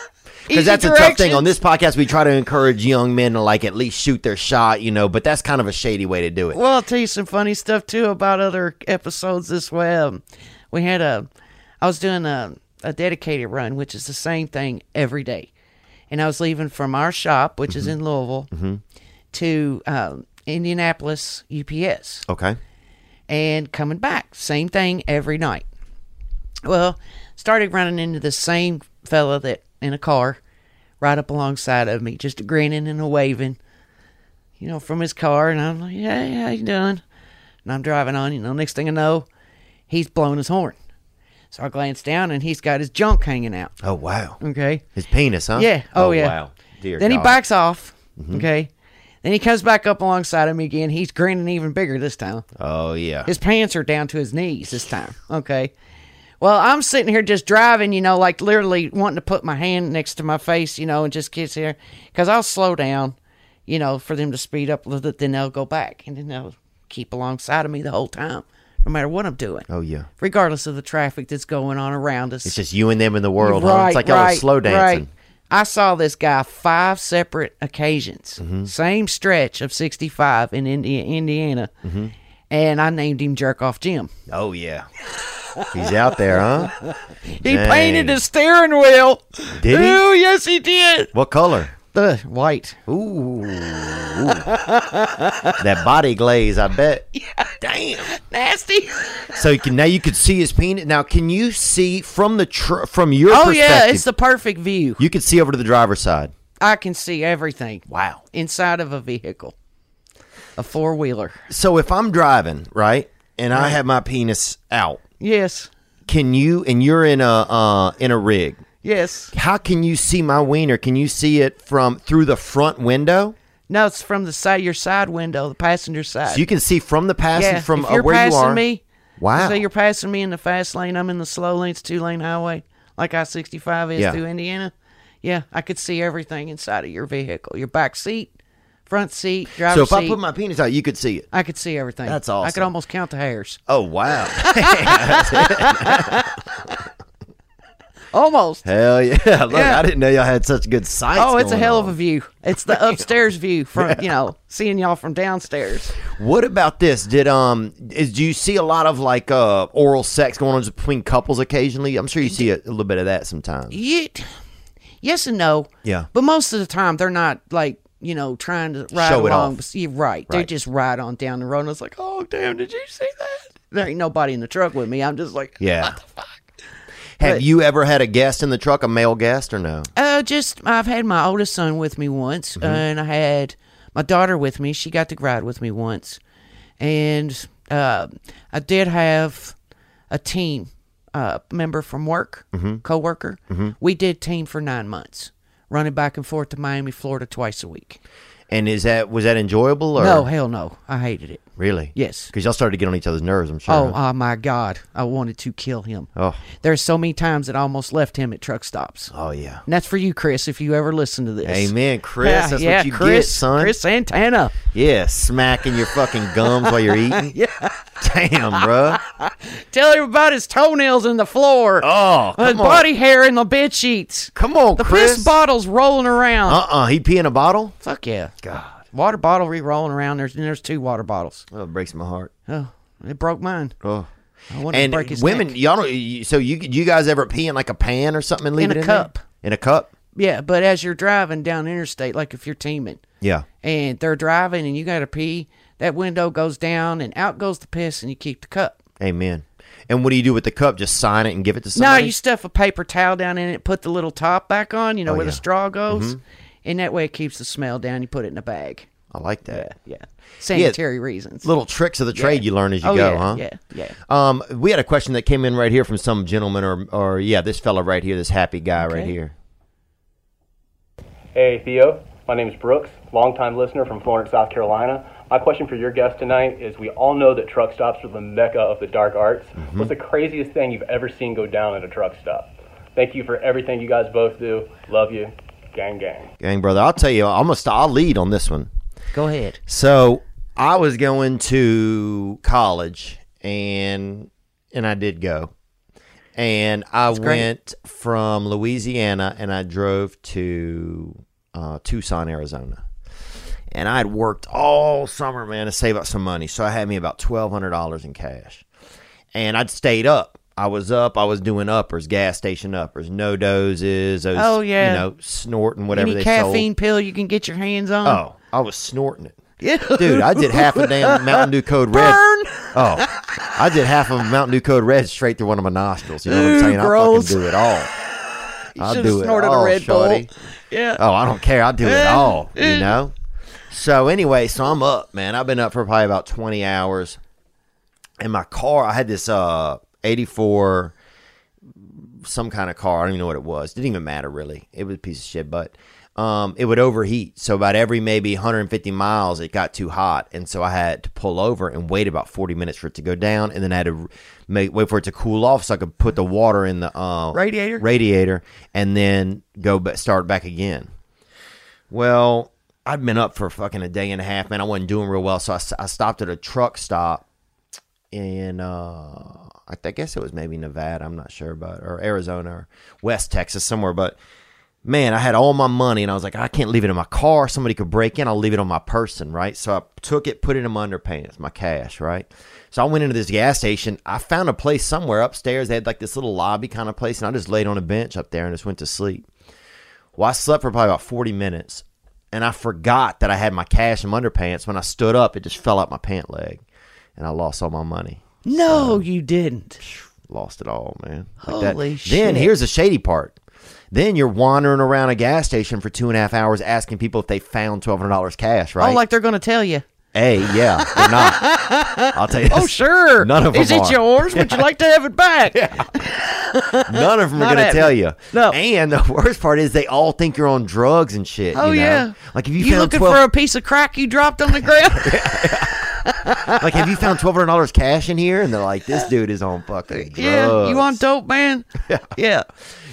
Because that's a tough thing on this podcast. We try to encourage young men to like at least shoot their shot, you know. But that's kind of a shady way to do it.
Well, I'll tell you some funny stuff too about other episodes this way. Um, we had a, I was doing a, a dedicated run, which is the same thing every day. And I was leaving from our shop, which is
Mm-hmm.
in Louisville, to um, Indianapolis UPS.
Okay.
and coming back. Same thing every night. Well, started running into the same fella that in a car right up alongside of me, just grinning and a waving, you know, from his car. And I'm like, hey, how you doing? And I'm driving on, you know, next thing I know, he's blowing his horn. So I glance down and he's got his junk hanging out.
Oh wow.
Okay.
His penis, huh?
Yeah. Oh, yeah.
Wow. Dear
then
God. Mm-hmm.
he backs off. Okay. Then he comes back up alongside of me again. He's grinning even bigger this time.
Oh yeah.
His pants are down to his knees this time. Okay. Well, I'm sitting here just driving, you know, like literally wanting to put my hand next to my face, you know, and just kiss here because I'll slow down, you know, for them to speed up a little bit. Then they'll go back and then they'll keep alongside of me the whole time, no matter what I'm doing,
oh yeah.
regardless of the traffic that's going on around us.
It's just you and them in the world, huh?
Right,
It's like y'all
right,
was slow dancing.
right. I saw this guy five separate occasions,
Mm-hmm.
same stretch of 65 in Indi- Indiana,
Mm-hmm.
and I named him Jerk Off Jim.
Oh yeah. He's out there, huh?
He
Dang.
painted his steering wheel.
Did he?
*laughs* Ooh, yes, he did.
What color?
the white.
Ooh. that body glaze, I bet. Damn.
Nasty.
So you can, now you could see his penis. Now, can you see from the tr- from your
*laughs* Oh
perspective?
yeah, it's the perfect view.
you can see over to the driver's side.
I can see everything
Wow.
inside of a vehicle. A four wheeler.
So if I'm driving, right, and I have my penis out,
Yes.
can you and you're in a uh, in a rig?
Yes.
How can you see my wiener? Can you see it from through the front window?
No, it's from the side your side window, the passenger side.
So you can see from the passing
yeah,
from
if
uh,
you're
where
passing
you are.
me.
Wow.
So you're passing me in the fast lane. I'm in the slow lane. It's two lane highway, like I 65 is
Yeah.
through Indiana. Yeah, I could see everything inside of your vehicle, your back seat, front seat,
so
driver's
if
seat.
I put my penis out, you could see it.
I could see everything.
That's
I
awesome.
could almost count the hairs.
Oh
*laughs*
wow!
Almost.
Hell yeah! *laughs* Look,
Yeah.
I didn't know y'all had such good sights.
Oh, it's a
going
hell
on.
of a view.
*laughs*
It's the upstairs view from you know seeing y'all from downstairs.
What about this? Did um is do you see a lot of like uh oral sex going on between couples occasionally? I'm sure you see a, a little bit of that sometimes.
Yeet. Yes and no.
Yeah.
But most of the time they're not like you know trying to ride
Show it
along.
off.
You're right. They're
Right.
just right on down the road. And it's like, oh damn, did you see that? There ain't nobody in the truck with me. I'm just like,
Yeah. Have you ever had a guest in the truck, a male guest or no?
Uh, just I've had my oldest son with me once,
Mm-hmm.
uh, and I had my daughter with me. She got to ride with me once, and uh, I did have a team uh, member from work,
Mm-hmm.
coworker. We did team for nine months, running back and forth to Miami, Florida, twice a week.
And is that was that enjoyable or
No, hell no, I hated it.
really?
Yes.
Because y'all started to get on each other's nerves, I'm sure.
Oh,
huh?
oh my God, I wanted to kill him.
Oh.
There's so many times that I almost left him at truck stops.
oh yeah.
And that's for you, Chris, if you ever listen to this.
Amen, Chris.
Yeah,
that's
yeah,
what you
Chris,
get, son.
Chris Santana.
Yeah, smacking your fucking gums while
*laughs*
you're eating. yeah. Damn, bruh.
Tell him about his toenails in the floor.
Oh,
his
come on.
body hair in the bed sheets.
Come on,
The
Chris.
piss bottle's rolling around.
Uh-uh. He pee in a bottle?
Fuck yeah.
God.
Water bottle re rolling around. There's and there's two water bottles.
Oh, it breaks my heart.
Oh, it broke mine.
Oh.
I wanted
And
to break his
women,
neck.
y'all don't. You, so you you guys ever pee in like a pan or something and leave
In
it
a
in there?
cup.
In a cup.
Yeah, but as you're driving down interstate, like if you're teaming
Yeah.
and they're driving and you got to pee, that window goes down and out goes the piss and you keep the cup.
Amen. And what do you do with the cup? Just sign it and give it to
No,
somebody.
you stuff a paper towel down in it, put the little top back on, you know, where
Oh, yeah.
the
Mm-hmm.
straw goes. And that way it keeps the smell down. You put it in a bag.
I like that. *laughs*
Yeah. Sanitary reasons.
Little tricks of the trade you learn as you
Oh,
go,
yeah,
huh?
yeah, yeah.
Um, we had a question that came in right here from some gentleman, or or yeah, this fella right here, this happy guy right here.
Hey Theo, my name is Brooks, longtime listener from Florence, South Carolina. My question for your guest tonight is: We all know that truck stops are the mecca of the dark arts. What's the craziest thing you've ever seen go down at a truck stop? Thank you for everything you guys both do. Love you, gang gang.
Gang brother, I'll tell you, I'm gonna st- I'll lead on this one.
Go ahead.
So I was going to college, and and I did go, and I
great.
went from Louisiana, and I drove to uh, Tucson, Arizona, and I had worked all summer, man, to save up some money. So I had me about twelve hundred dollars in cash, and I'd stayed up. I was up. I was doing uppers, gas station uppers, no doses. Those,
Oh, yeah.
you know, snorting whatever
Any
they
caffeine
sold.
pill you can get your hands on.
Oh, I was snorting it.
Yeah.
Dude, I did
*laughs*
half a damn Mountain Dew Code Red.
Burn.
Oh, I did half of Mountain Dew Code Red straight through one of my nostrils. You know what I'm
Ooh,
saying?
gross.
I'll fucking do it all. I'll
should've
do it
snorted a
all,
Red Bull.
shorty.
Yeah.
Oh, I don't care. I'll do it all,
*laughs*
you know? So, anyway, so I'm up, man. I've been up for probably about 20 hours. In my car, I had this uh 84 some kind of car. I don't even know what it was. Didn't even matter really. It was a piece of shit, but um, it would overheat. So about every maybe 150 miles, it got too hot, and so I had to pull over and wait about 40 minutes for it to go down, and then I had to make, wait for it to cool off so I could put the water in the uh,
Radiator?
radiator, and then go ba- start back again. Well, I'd been up for fucking a day and a half, man. I wasn't doing real well, so I, s- I stopped at a truck stop in uh I, th- I guess it was maybe Nevada, I'm not sure, but or Arizona or West Texas somewhere, but man, I had all my money and I was like, I can't leave it in my car. Somebody could break in. I'll leave it on my person, right? So I took it, put it in my underpants, my cash, right? So I went into this gas station. I found a place somewhere upstairs. They had like this little lobby kind of place, and I just laid on a bench up there and just went to sleep. Well, I slept for probably about 40 minutes and I forgot that I had my cash and underpants. When I stood up, it just fell out my pant leg and I lost all my money. Oh,
No, you didn't.
Lost it all, man.
Holy
Then
shit.
here's the shady part. Then you're wandering around a gas station for two and a half hours asking people if they found $1,200 cash, right?
Oh, like they're going to tell you.
Hey, yeah, they're not.
*laughs*
I'll tell you.
Oh,
this.
sure.
None of them
Is it
are.
yours? Would you like to have it
*laughs*
back?
None of them are
Not
going to
happening.
tell you.
No.
And the worst part is they all think you're on drugs and shit.
Oh,
you know?
yeah.
Like if you,
You,
found
looking
12,
for a piece of crack you dropped
*laughs*
on the ground?
like have you found twelve hundred dollars cash in here? And they're like, this dude is on fucking drugs.
*laughs* *laughs* yeah. You want dope, man? yeah.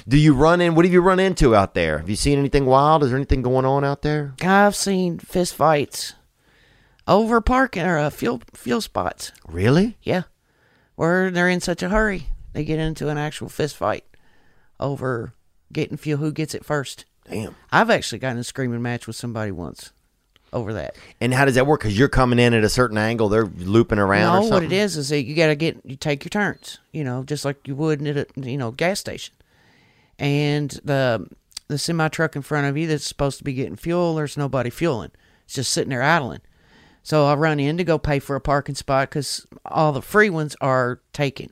Do you run in? What have you run into out there? Have you seen anything wild? Is there anything going on out there?
I've seen fist fights over parking or uh, fuel fuel spots.
Really?
Yeah, where they're in such a hurry, they get into an actual fist fight over getting fuel. Who gets it first?
Damn.
I've actually gotten in a screaming match with somebody once over that.
And how does that work? Because you're coming in at a certain angle, they're looping around. or
No, what
something.
it is is that you got to get you take your turns, you know, just like you would at a you know gas station, and the the semi truck in front of you that's supposed to be getting fuel, there's nobody fueling, it's just sitting there idling. So I run in to go pay for a parking spot because all the free ones are taken,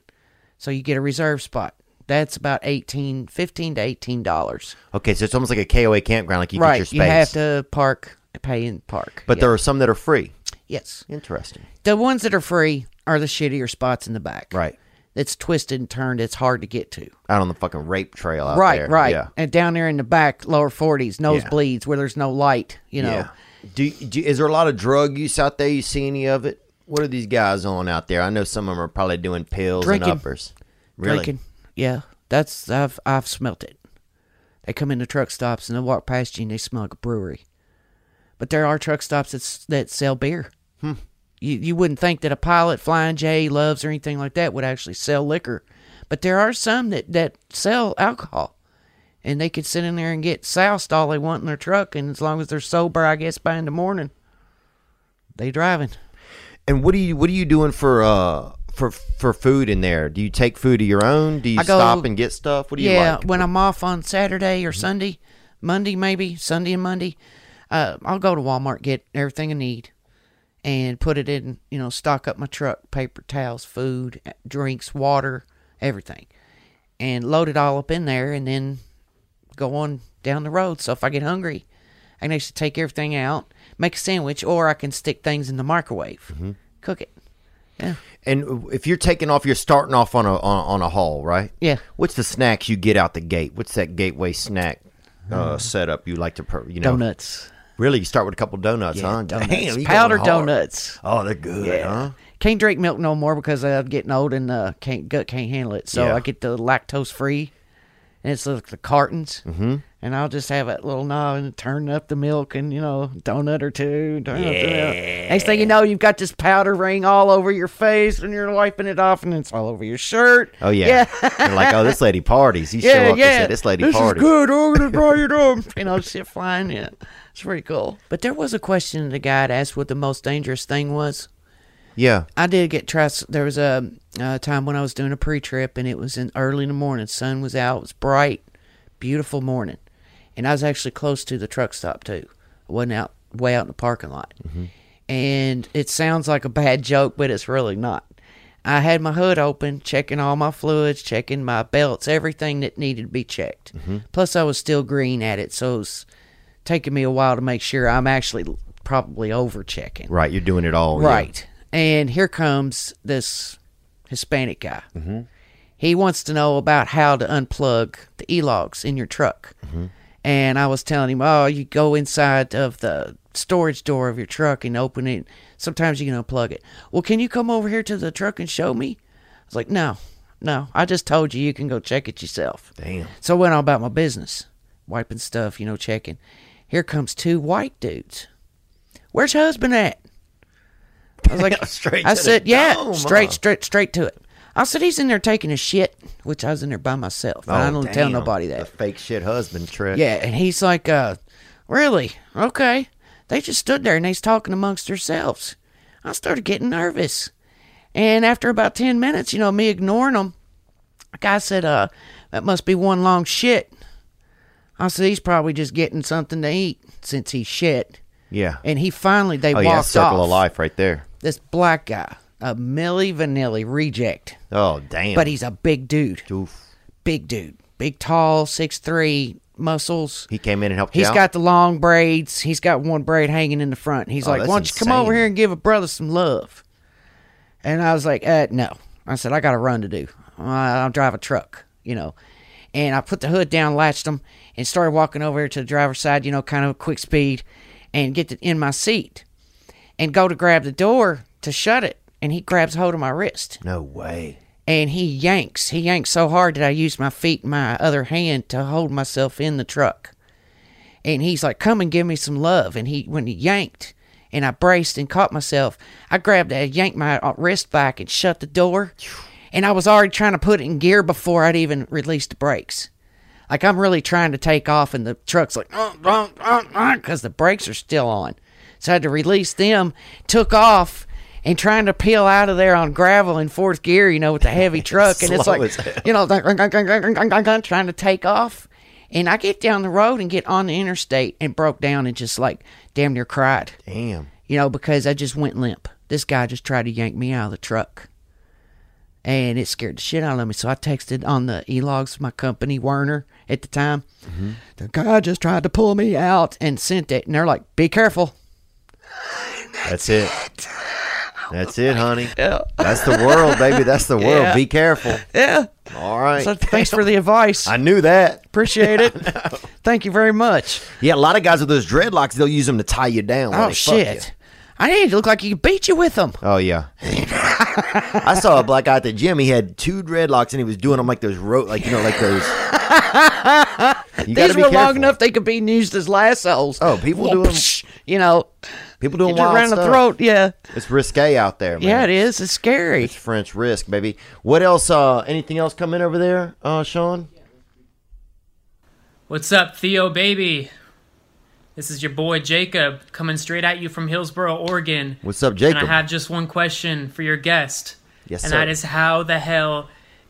so you get a reserve spot. That's about 18 15 to eighteen dollars.
Okay, so it's almost like a KOA campground. Like you get
Right,
your space,
you have to park, pay and park.
but
Yeah.
there are some that are free.
yes,
Interesting.
the ones that are free are the shittier spots in the back.
Right.
It's twisted and turned. It's hard to get to.
Out on the fucking rape trail out
right,
there.
right.
Yeah.
And down there in the back, lower 40s, nosebleeds where there's no light, you know.
Do, do is there a lot of drug use out there? You see any of it? What are these guys on out there? I know some of them are probably doing pills
Drinking.
and uppers. Really?
Drinking. Yeah. That's I've I've smelt it. They come into truck stops and they walk past you and they smell like a brewery. But there are truck stops that's, that sell beer. You you wouldn't think that a pilot flying J loves or anything like that would actually sell liquor. But there are some that, that sell alcohol. And they could sit in there and get soused all they want in their truck and as long as they're sober, I guess by in the morning, they driving.
And what are you what are you doing for uh for for food in there? Do you take food of your own? Do you
I go-
stop and get stuff? What do you
yeah,
like? Mm-hmm.
when I'm off on Saturday or Sunday, Monday maybe, Sunday and Monday, uh, I'll go to Walmart, get everything I need, and put it in, you know, stock up my truck, paper towels, food, eh, drinks, water, everything, and load it all up in there and then go on down the road. So if I get hungry, I can actually take everything out, make a sandwich, or I can stick things in the microwave,
Mm-hmm.
cook it.
And if you're taking off, you're starting off on a on, on a haul, right?
Yeah.
What's the snacks you get out the gate? What's that gateway snack
Mm.
uh, setup you like to per, you know?
Donuts.
Really, you start with a couple donuts, huh?
donuts.
Damn, you going
Powder
hard.
donuts.
Oh, they're good, huh?
Can't drink milk no more because I'm getting old and uh, can't gut can't handle it. So
Yeah.
I get the lactose free, and it's like the cartons, mm-hmm. and I'll just have that little knob and turn up the milk and you know donut or two. Donut yeah. Next thing you know, you've got this powder ring all over your face, and you're wiping it off, and it's all over your shirt.
Oh yeah. You're like, oh, this lady parties. You
*laughs* Yeah,
show up and
yeah.
say, this lady
this
parties.
is good. Oh, I'm *laughs* gonna dry it up. You know, shit flying in. It's pretty cool. But there was a question the guy had asked what the most dangerous thing was.
Yeah.
I did get trust. There was a, a time when I was doing a pre-trip, and it was in early in the morning. Sun was out. It was bright, beautiful morning, and I was actually close to the truck stop too. I wasn't out way out in the parking lot. And it sounds like a bad joke, but it's really not. I had my hood open, checking all my fluids, checking my belts, everything that needed to be checked. Plus, I was still green at it, so it's taking me a while to make sure I'm actually probably over checking.
Right, you're doing it all. Oh, yeah.
Right. And here comes this Hispanic guy. Mm-hmm. He wants to know about how to unplug the e logs in your truck.
Mm-hmm.
And I was telling him, oh, you go inside of the storage door of your truck and open it. Sometimes you can unplug it. Well, can you come over here to the truck and show me? I was like, no, no. I just told you you can go check it yourself.
Damn.
So I went on about my business, wiping stuff, you know, checking. Here comes two white dudes. Where's husband at? I was like,
*laughs* Straight
I
to the
said, yeah,
dome,
straight,
huh?
straight, straight to it. I said he's in there taking a shit, which I was in there by myself. and I
Oh,
don't tell
damn.
nobody
The
that.
fake shit husband trick.
Yeah, and he's like, uh, really? Okay. They just stood there and they's talking amongst themselves. I started getting nervous. And after about 10 minutes, you know, me ignoring them, the guy said, uh, that must be one long shit. I said, he's probably just getting something to eat since he shit.
Yeah.
And he finally, they
oh
walked
yeah, circle
off.
of life right there.
This black guy, a Millie Vanilli reject,
Oh damn.
but he's a big dude.
Oof.
Big dude. Big, tall, six three, muscles.
he came in and helped
He's
you out.
got the long braids. He's got one braid hanging in the front. He's
Oh,
like,
that's
"Why don't you come
insane.
over here and give a brother some love?" And I was like, "Uh, no." I said, "I got a run to do. I- I'll drive a truck, you know." And I put the hood down, latched him, and started walking over to the driver's side, you know, kind of quick speed, and get the, in my seat, and go to grab the door to shut it, and he grabs hold of my wrist
no way.
and he yanks. He yanks so hard that I used my feet and my other hand to hold myself in the truck. And he's like, "Come and give me some love." And he, when he yanked, and I braced and caught myself, I grabbed, I yanked my uh, wrist back and shut the door. And I was already trying to put it in gear before I'd even released the brakes. Like I'm really trying to take off, and the truck's like, "Uh, because uh," the brakes are still on. So I had to release them, took off, and trying to peel out of there on gravel in fourth gear, you know, with
*laughs*
the heavy truck, and it's
Slow
like,
as hell.
you know, like, trying to take off. And I get down the road and get on the interstate and broke down and just like damn near cried,
Damn.
you know, because I just went limp. This guy just tried to yank me out of the truck and it scared the shit out of me. So I texted on the e logs, my company, Werner, at the time.
Mm-hmm.
The guy just tried to pull me out and sent it. And they're like, be careful.
That's it. That's it,
*laughs*
honey. That's the world, baby. That's the world. Be careful.
Yeah.
All right.
So thanks for the advice.
I knew that. *laughs*
Appreciate it. Thank you very much.
Yeah, a lot of guys with those dreadlocks, they'll use them to tie you down. when
Oh,
they fuck you.
shit. I need to look like he beat you with them.
Oh yeah. I saw a black guy at the gym. He had two dreadlocks and he was doing them like those rope, like you know, like
*laughs*
those. You gotta
These
be
were long
careful.
enough they could be used as lassos.
Oh, people do 'em-
You know,
People doing
just
wild
around
stuff.
the throat. Yeah.
It's risque out there, man.
Yeah, it is. It's scary.
It's French risk, baby. What else? Uh, anything else coming over there, uh, Sean?
What's up, Theo baby? This is your boy Jacob coming straight at you from Hillsboro, Oregon.
What's up,
And I
Jacob?
have just one question for your guest.
Yes,
and
sir.
that is how the hell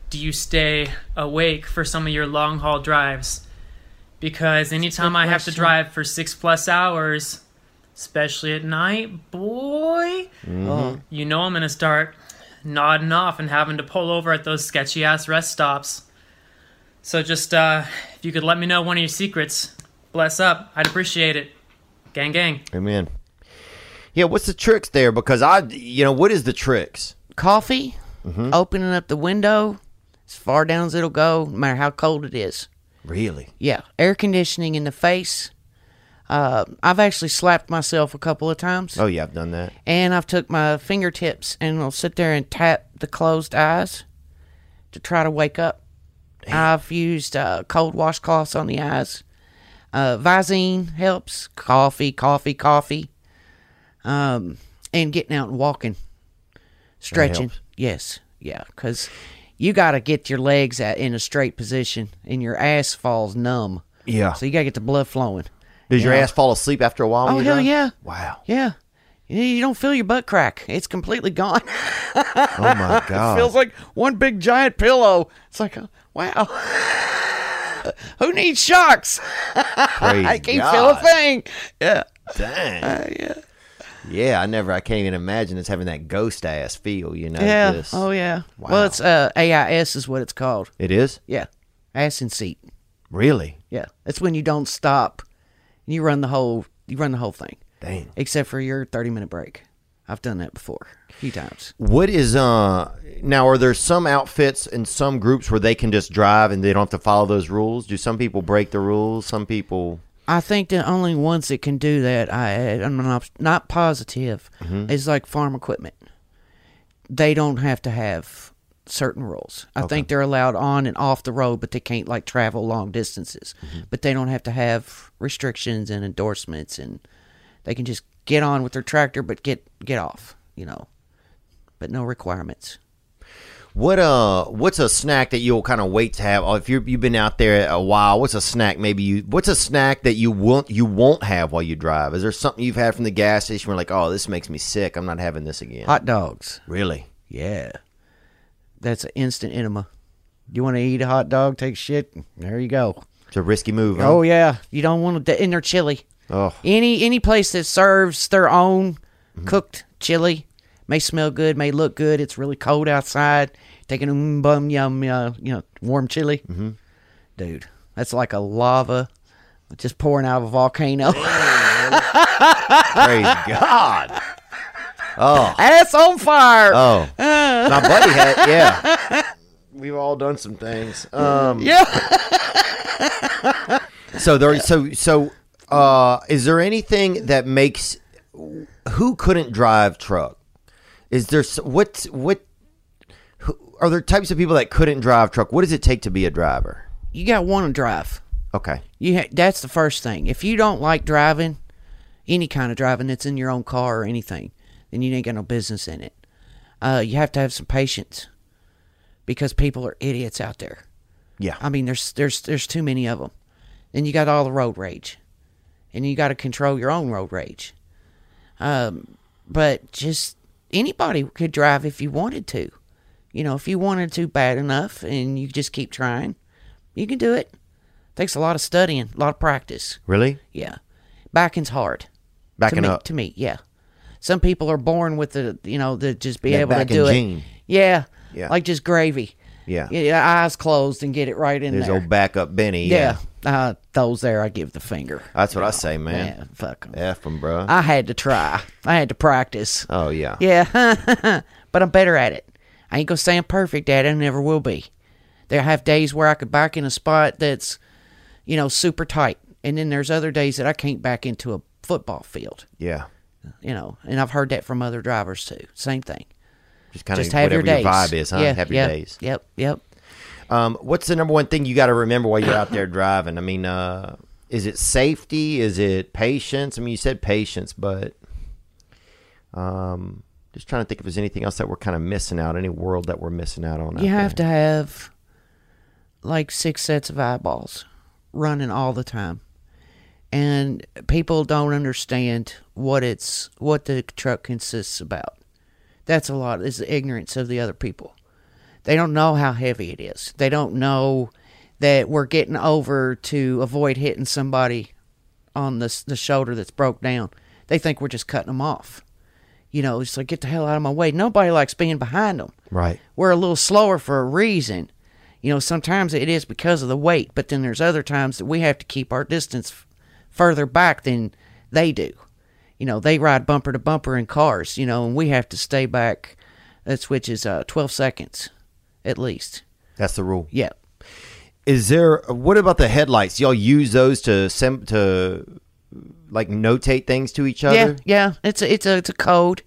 do you stay awake for some of your long haul drives? Because anytime I have to drive for six plus hours, especially at night, boy,
Mm-hmm.
you know I'm going to start nodding off and having to pull over at those sketchy ass rest stops. So just uh, if you could let me know one of your secrets, bless up. I'd appreciate it. Gang, gang.
Amen. Yeah, what's the tricks there? Because I, you know, what is the tricks?
coffee, opening up the window as far down as it'll go, no matter how cold it is.
Really?
Yeah, air conditioning in the face. Uh, I've actually slapped myself a couple of times,
Oh yeah, I've done that.
and I've took my fingertips and will sit there and tap the closed eyes to try to wake up. I've used uh, cold washcloths on the eyes. Uh, Visine helps. Coffee, coffee, coffee. Um, and getting out and walking, stretching.
helps.
Yes, yeah, because you got to get your legs at, in a straight position, and your ass falls numb.
Yeah.
So you got to get the blood flowing.
Does your
Yeah.
ass fall asleep after a while? when
Oh
you
hell
drive?
yeah! *laughs*
Wow.
Yeah, you you don't feel your butt crack. It's completely gone.
Oh my god.
Feels like one big giant pillow. It's like, oh, wow. Who needs shocks?
Praise
I can't
God.
feel Uh, a thing. Yeah. *laughs*
Dang. yeah. I never. I can't even imagine us having that ghost ass feel. You know.
Yeah.
just-
Oh yeah.
Wow.
Well, it's uh, AIS is what it's called.
It is
Yeah. Ass and seat.
really.
Yeah. That's when you don't stop. You run the whole. You run the whole thing,
Dang.
except for your thirty minute break. I've done that before a few times.
What is uh now? Are there some outfits and some groups where they can just drive and they don't have to follow those rules? Do some people break the rules? Some people.
I think the only ones that can do that, I, I'm not, not positive, is like farm equipment. They don't have to have certain rules. I think they're allowed on and off the road, but they can't like travel long distances. But they don't have to have restrictions and endorsements, and they can just get on with their tractor, but get get off, you know. But no requirements.
What uh? What's a snack that you'll kind of wait to have? Oh, if you you've been out there a while, what's a snack? Maybe you. What's a snack that you won't you won't have while you drive? Is there something you've had from the gas station? Where like, oh, this makes me sick. I'm not having this again.
Hot dogs,
Really?
yeah. That's an instant enema. You want to eat a hot dog, take a shit, there you go.
It's a risky move. huh?
Oh yeah, you don't want to in their chili.
Oh.
Any any place that serves their own cooked chili may smell good, may look good. It's really cold outside. Taking mm, bum yum uh, you know warm chili, mm-hmm. dude. That's like a lava just pouring out of a volcano. *laughs*
Praise God.
That's on fire. *laughs*
Oh. My buddy had, yeah. We've all done some things. Um,
yeah.
*laughs* So there. So so. Uh, is there anything that makes who couldn't drive truck? Is there s- what what? Who, are there types of people that couldn't drive truck? What does it take to be a driver?
You got to want to drive.
Okay.
You ha- that's the first thing. If you don't like driving, any kind of driving that's in your own car or anything, then you ain't got no business in it. Uh, you have to have some patience because people are idiots out there.
Yeah.
I mean, there's there's there's too many of them. Then you got all the road rage, and you got to control your own road rage. Um, but just anybody could drive if you wanted to. You know, if you wanted to bad enough, and you just keep trying, you can do it. Takes a lot of studying, a lot of practice.
Really?
Yeah, backing's hard.
Backing
to me,
up.
to me, yeah. Some people are born with the you know the just be
That
able to
back and
do it.
gene.
Yeah,
Yeah.
like just gravy.
Yeah.
yeah, eyes closed and get it right in
There's
there.
old backup Benny.
Yeah. Uh, those there, I give the finger.
That's what I say, man.
Yeah, fuck 'em.
F them, bro.
I had to try. I had to practice.
oh yeah.
Yeah, *laughs* but I'm better at it. I ain't gonna say I'm perfect at it. I never will be. There I have days where I could back in a spot that's, you know, super tight, and then there's other days that I can't back into a football field.
Yeah.
You know, and I've heard that from other drivers too. Same thing.
Just kind of
Just have
whatever
your days.
vibe is, huh?
Yeah,
have your
yep,
days.
Yep. Yep.
Um, what's the number one thing you got to remember while you're out there driving? I mean, uh, is it safety? Is it patience? I mean, you said patience, but um, just trying to think if there's anything else that we're kind of missing out, any world that we're missing out on. out
You have
there.
to have like six sets of eyeballs running all the time. And people don't understand what it's what the truck consists about. That's a lot is the ignorance of the other people. They don't know how heavy it is. They don't know that we're getting over to avoid hitting somebody on the s- the shoulder that's broke down. They think we're just cutting them off. You know, it's like get the hell out of my way. Nobody likes being behind them
Right.
we're a little slower for a reason. You know, sometimes it is because of the weight, but then there's other times that we have to keep our distance f- further back than they do. You know, they ride bumper to bumper in cars, you know, and we have to stay back, that's which is uh, 12 seconds at least.
That's the rule.
Yeah.
Is there? What about the headlights? Y'all use those to sem- to like notate things to each other?
Yeah, yeah. It's a, it's a it's a code.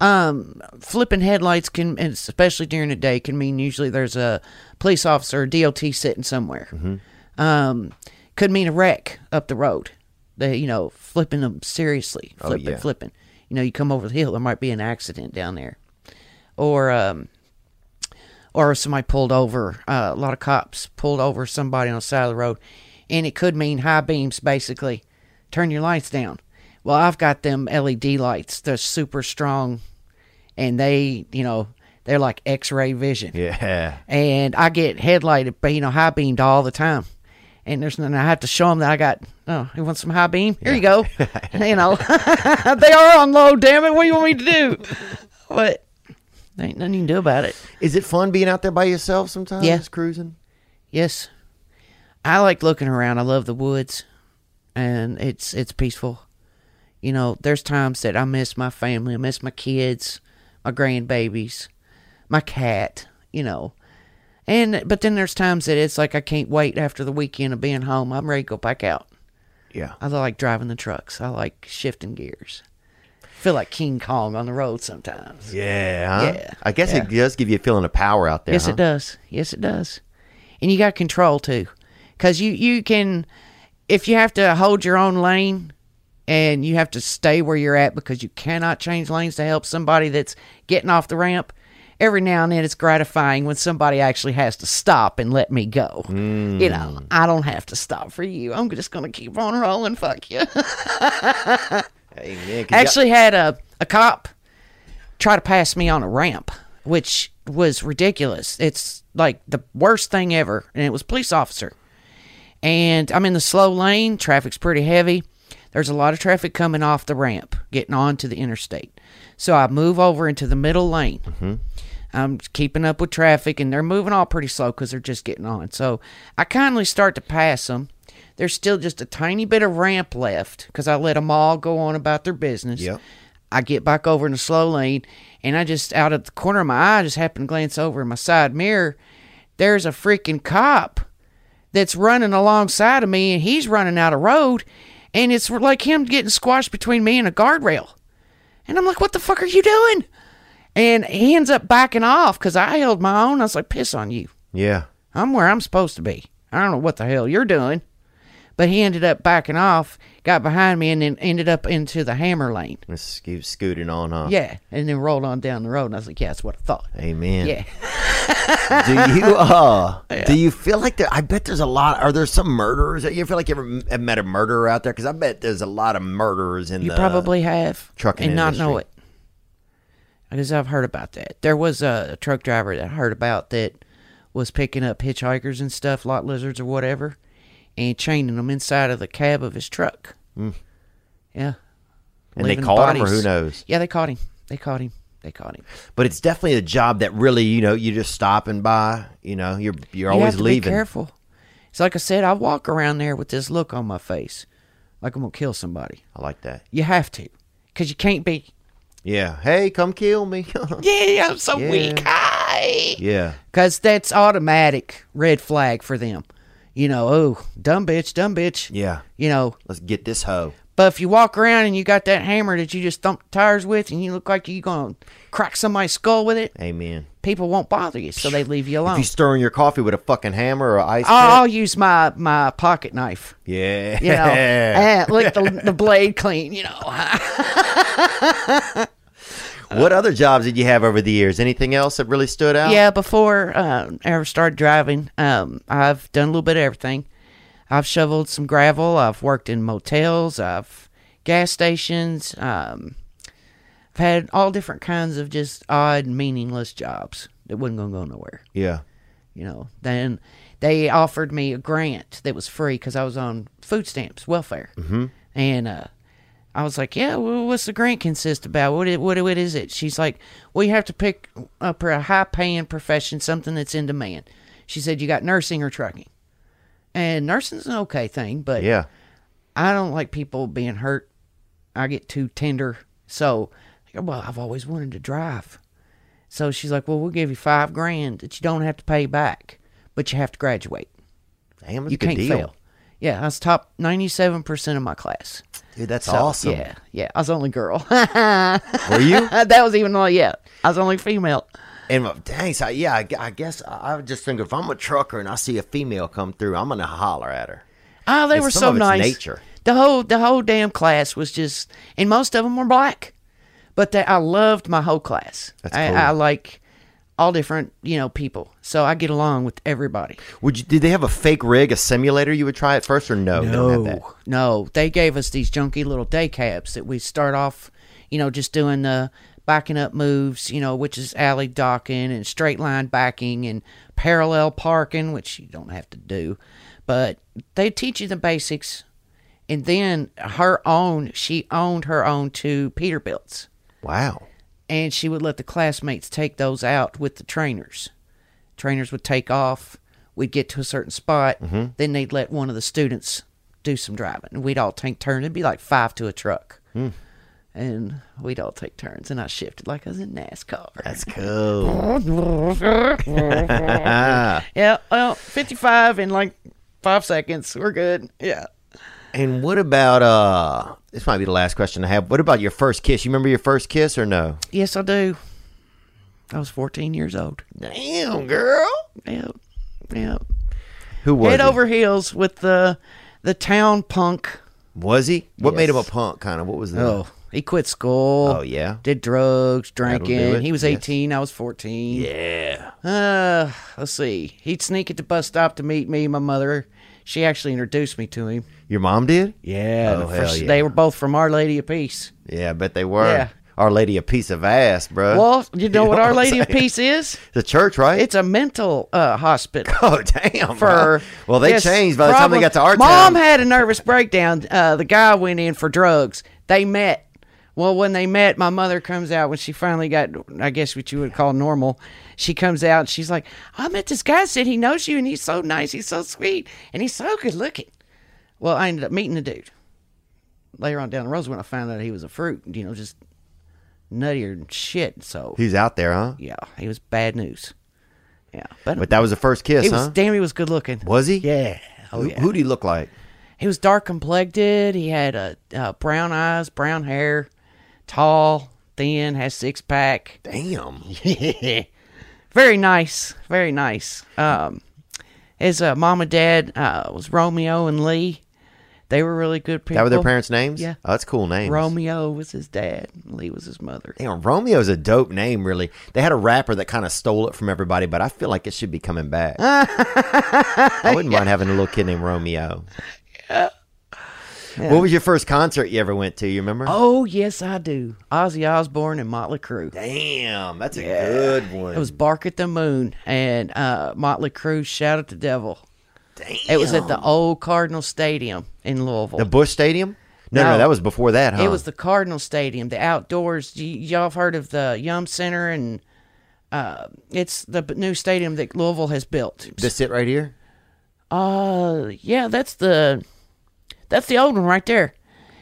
Um, flipping headlights can, and especially during the day, can mean usually there's a police officer, or DOT sitting somewhere.
Mm-hmm.
Um, could mean a wreck up the road. They, you know, flipping them seriously, flipping,
Oh, yeah.
flipping. You know, you come over the hill, there might be an accident down there, or um, or somebody pulled over. Uh, a lot of cops pulled over somebody on the side of the road, and it could mean high beams. Basically, turn your lights down. Well, I've got them LED lights. They're super strong, and they, you know, they're like X-ray vision.
Yeah.
And I get headlighted, but you know, high beamed all the time. And there's nothing. I have to show them that I got. Oh, you want some high beam? Here you go. you know, *laughs* they are on low. Damn it! What do you want me to do? But there ain't nothing you can do about it.
Is it fun being out there by yourself sometimes?
Yeah.
Cruising.
Yes. I like looking around. I love the woods and it's it's peaceful. You know, there's times that I miss my family, I miss my kids, my grandbabies, my cat, you know. And but then there's times that it's like I can't wait after the weekend of being home. I'm ready to go back out.
Yeah.
I like driving the trucks. I like shifting gears. feel like King Kong on the road sometimes.
Yeah. huh?
Yeah.
I guess it does give you a feeling of power out there.
Yes,
huh?
it does. Yes, it does. And you got control too, because you you can, if you have to hold your own lane, and you have to stay where you're at because you cannot change lanes to help somebody that's getting off the ramp. Every now and then, it's gratifying when somebody actually has to stop and let me go. You know,
Hmm.
I don't have to stop for you. I'm just gonna keep on rolling. Fuck you.
Hey, man, 'cause y'all-
actually had a, a cop try to pass me on a ramp, which was ridiculous. It's like the worst thing ever. And it was a police officer. and I'm in the slow lane. Traffic's pretty heavy. There's a lot of traffic coming off the ramp, getting onto the interstate. So I move over into the middle lane. I'm keeping up with traffic, and they're moving all pretty slow because they're just getting on. So I kindly start to pass them. There's still just a tiny bit of ramp left because I let them all go on about their business.
Yep.
I get back over in the slow lane, and I just out of the corner of my eye, just happen to glance over in my side mirror. There's a freaking cop that's running alongside of me, and he's running out of road, and it's like him getting squashed between me and a guardrail. And I'm like, what the fuck are you doing? And he ends up backing off because I held my own. I was like, piss on you.
Yeah.
I'm where I'm supposed to be. I don't know what the hell you're doing. But he ended up backing off, got behind me, and then ended up into the hammer lane.
Let's keep scooting on, huh?
Yeah. And then rolled on down the road. And I was like, yeah, that's what I thought.
Amen.
Yeah.
do
*laughs*
you uh do you feel like there i bet there's a lot are there some murderers that you feel like you ever m- have met a murderer out there because i bet there's a lot of murderers in
You
the
probably have
trucking
and not know
industry.
it because I've heard about that. There was a, a truck driver that I heard about that was picking up hitchhikers and stuff, lot lizards or whatever, and chaining them inside of the cab of his truck.
Hmm.
Yeah,
and they
Leaving
caught him or
bodies.
who knows
yeah, they caught him. They caught him. They caught him.
but it's definitely a job that really you know you're just stopping by you know you're you're
You
always
have to
leaving
Be careful. It's like I said. I walk around there with this look on my face, like I'm gonna kill somebody.
i like that
You have to, because you can't be.
yeah hey come kill me *laughs*
Yeah, I'm so weak. Hi.
yeah
Because that's automatic red flag for them. You know, oh, dumb bitch, dumb bitch.
yeah
You know,
let's get this hoe
but if you walk around and you got that hammer that you just thump tires with and you look like you're going to crack somebody's skull with it,
amen
people won't bother you, so they leave you
if
alone.
you stirring your coffee with a fucking hammer or ice
I'll, I'll use my, my pocket knife.
pick, yeah *laughs*
Oh, You know, Eh, lick the, the blade clean, you know.
what other jobs did you have over the years anything else that really stood out
Yeah, before um, I ever started driving, um, I've done a little bit of everything. I've shoveled some gravel. I've worked in motels. I've gas stations. Um, I've had all different kinds of just odd, meaningless jobs that wasn't going to go nowhere.
yeah
You know, then they offered me a grant that was free because I was on food stamps, welfare, mm-hmm. and uh, I was like, "Yeah, well, what's the grant consist about? What it, what what is it?" She's like, "Well, you have to pick up a high paying profession, something that's in demand." She said, "You got nursing or trucking." And nursing's an okay thing, but
yeah
I don't like people being hurt. I get too tender. So, I go, well, I've always wanted to drive. So she's like, well, we'll give you five grand that you don't have to pay back, but you have to graduate.
Damn, that's a
you
good
can't
deal.
fail. Yeah, I was top 97% of my class.
Dude, that's
So,
awesome.
Yeah, yeah. I was the only girl. *laughs*
Were you?
that was even more, yeah. I was the only female.
And uh, dang, so yeah, I, gu- I guess I, I was just thinking if I'm a trucker and I see a female come through, I'm gonna holler at her.
Oh, they
It's
were
some
so
of it's
nice.
nature.
The whole the whole damn class was just, and most of them were black, but they, I loved my whole class.
That's
I,
cool.
I like all different you know people, so I get along with everybody.
Would you? Did they have a fake rig, a simulator? You would try at first, or no? they don't have that.
no, they gave us these junky little day cabs that we start off, you know, just doing the backing up moves, you know, which is alley docking and straight line backing and parallel parking, which you don't have to do, but they teach you the basics. And then her own, she owned her own two Peterbilts
Wow.
and she would let the classmates take those out with the trainers. Trainers would take off. We'd get to a certain spot. Then they'd let one of the students do some driving, and we'd all take turns. It'd be like five to a truck, and we'd all take turns. And I shifted like I was in NASCAR.
That's cool.
yeah, well, fifty-five in like five seconds. We're good. Yeah.
and what about uh? This might be the last question I have. What about your first kiss? You remember your first kiss or no?
Yes, I do. I was fourteen years old.
Damn, girl.
Yeah. Yeah.
Who was
Head
he?
over heels with the the town punk
Was he? What made him a
Yes.
punk? Kind of. What was the?
Oh, he quit school.
Oh, yeah?
Did drugs,
That'll do
drinking.
it,
He was
yes.
18. I was 14.
Yeah.
Uh, let's see. He'd sneak at the bus stop to meet me, my mother. She actually introduced me to him.
Your mom did?
Yeah.
Oh,
the
hell
first-
yeah.
They were both from Our Lady of Peace.
Yeah, I bet they were.
Yeah.
Our Lady a piece of ass, bro.
Well,
*laughs*
you know what Our
I'm
Lady of
saying?
Peace is?
The church, right?
It's a mental uh, hospital.
*laughs* oh damn.
For
bro. *laughs* well, they
this
changed by the time they
problem.
got to our
Mom
town.
had a nervous breakdown. Uh, the guy went in for drugs. They met. Well, when they met, my mother comes out when she finally got, I guess what you would call normal. She comes out and she's like, I met this guy, said he knows you and he's so nice, he's so sweet, and he's so good looking. Well, I ended up meeting the dude later on down the road when I found out he was a fruit, you know, just nuttier than shit. So,
He's out there, huh?
yeah, he was bad news. Yeah. But,
But that was the first kiss,
he was
huh?
damn he was good looking.
was he?
Yeah. Oh
Who,
yeah.
who'd he look like?
He was dark complected. He had uh, uh, brown eyes, brown hair, tall, thin, has six pack. *laughs*
Damn.
Very nice. Very nice. Um, his uh, mom and dad uh, was Romeo and Lee. They were really good people.
That were their parents' names?
Yeah.
Oh, that's cool names.
Romeo was his dad. and Lee was his mother.
Damn, Romeo's a dope name, really. They had a rapper that kind of stole it from everybody, but I feel like it should be coming
*laughs*
back. I wouldn't mind having a little kid named Romeo. What was your first concert you ever went to? You remember?
Oh yes, I do. Ozzy Osbourne and Motley Crue.
damn, that's a good one.
It was Bark at the Moon and uh, Motley Crue Shout at the Devil.
damn.
It was at the old Cardinal Stadium in Louisville.
the Bush Stadium. No, no,
No.
that was before that, huh?
It was the Cardinal Stadium, the outdoors. Y- y'all have heard of the Yum Center, and uh, it's the b- new stadium that Louisville has built.
this it right here.
Uh, yeah, that's the that's the old one right there,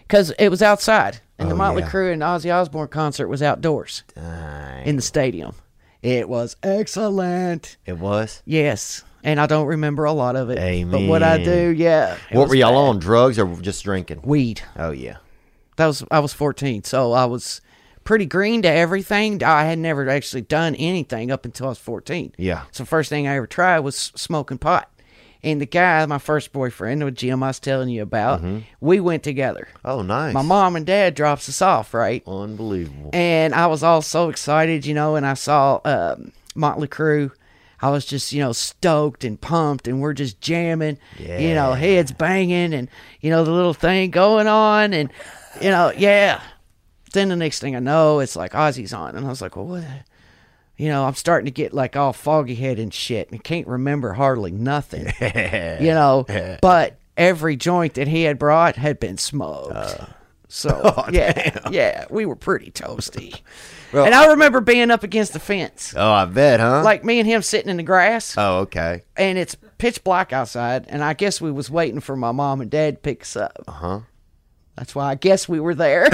because it was outside, and the Motley
Oh, yeah.
Crue and Ozzy Osbourne concert was outdoors in the stadium. It was excellent.
It was.
Yes, and I don't remember a lot of it, but what I
Amen.
do, yeah. it
what
was
were y'all
bad.
on? Drugs or just drinking?
Weed.
Oh yeah.
that was I was 14, so I was pretty green to everything. I had never actually done anything up until I was 14.
Yeah.
So first thing I ever tried was smoking pot. And the guy, my first boyfriend, with Jim I was telling you about, we went together.
Oh Mm-hmm. nice.
My mom and dad drops us off, right?
Unbelievable.
*laughs* And I was all so excited, you know, and I saw um, Motley Crue. I was just, you know, stoked and pumped, and we're just jamming, you know, heads banging, and, you know, the little thing going on. And, you know, yeah. Then the next thing I know, it's like Ozzy's on. And I was like, well, what? the- You know, I'm starting to get like all foggy head and shit and can't remember hardly nothing,
*laughs*
you know, but every joint that he had brought had been smoked. So
*laughs* Oh,
yeah, yeah, we were pretty toasty. and I remember being up against the fence,
Oh, I bet, huh?
like me and him sitting in the grass,
Oh, okay.
and it's pitch black outside, and I guess we was waiting for my mom and dad to pick us up. Uh huh. That's why I guess we were there.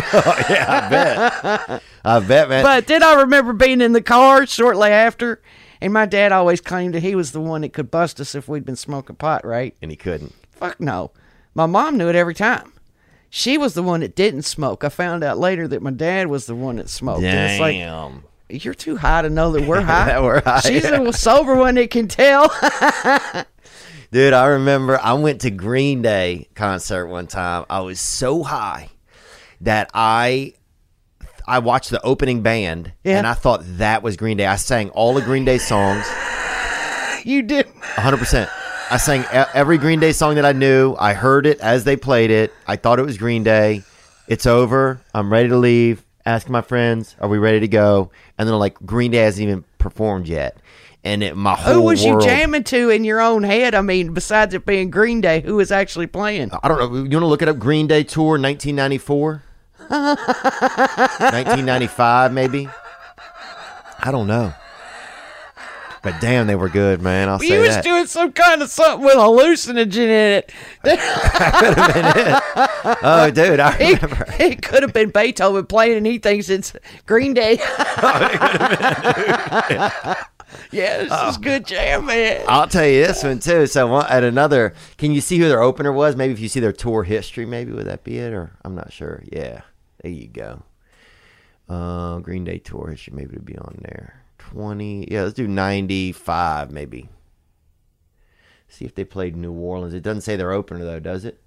I bet, man.
but then I remember being in the car shortly after, and my dad always claimed that he was the one that could bust us if we'd been smoking pot, right?
and he couldn't.
Fuck no. My mom knew it every time. She was the one that didn't smoke. I found out later that my dad was the one that smoked. And it's like,
Damn.
you're too high to know
*laughs*
that we're high.
That we're high,
She's the sober one that can tell. *laughs*
Dude, I remember I went to Green Day concert one time. I was so high that I I watched the opening band
Yeah.
and I thought that was Green Day. I sang all the Green Day songs,
you do.
100%. I sang e- every Green Day song that I knew. I heard it as they played it. I thought it was Green Day. It's over. I'm ready to leave. Ask my friends, are we ready to go? And then like Green Day hasn't even performed yet. And it, my whole
Who was
world,
you jamming to in your own head? I mean, besides it being Green Day, who was actually playing?
I don't know. You want to look it up? Green Day tour,
*laughs*
1994, 1995, maybe. I don't know. But damn, they were good, man. I'll
you
say
was
that.
doing some kind of something with hallucinogen
*laughs*
in it.
oh, dude, I
It,
remember.
*laughs* it could have been Beethoven playing, and he thinks it's
*laughs*
Green Day.
Oh,
*laughs* yeah, this
Oh.
is good jam, man.
I'll tell you this one too. So one- at another, can you see who their opener was? Maybe if you see their tour history, maybe would that be it? Or I'm not sure. Yeah, there you go. Uh, Green Day tour history, maybe it'd be on there. Twenty, yeah, let's do ninety-five, maybe. See if they played New Orleans. It doesn't say their opener though, does it?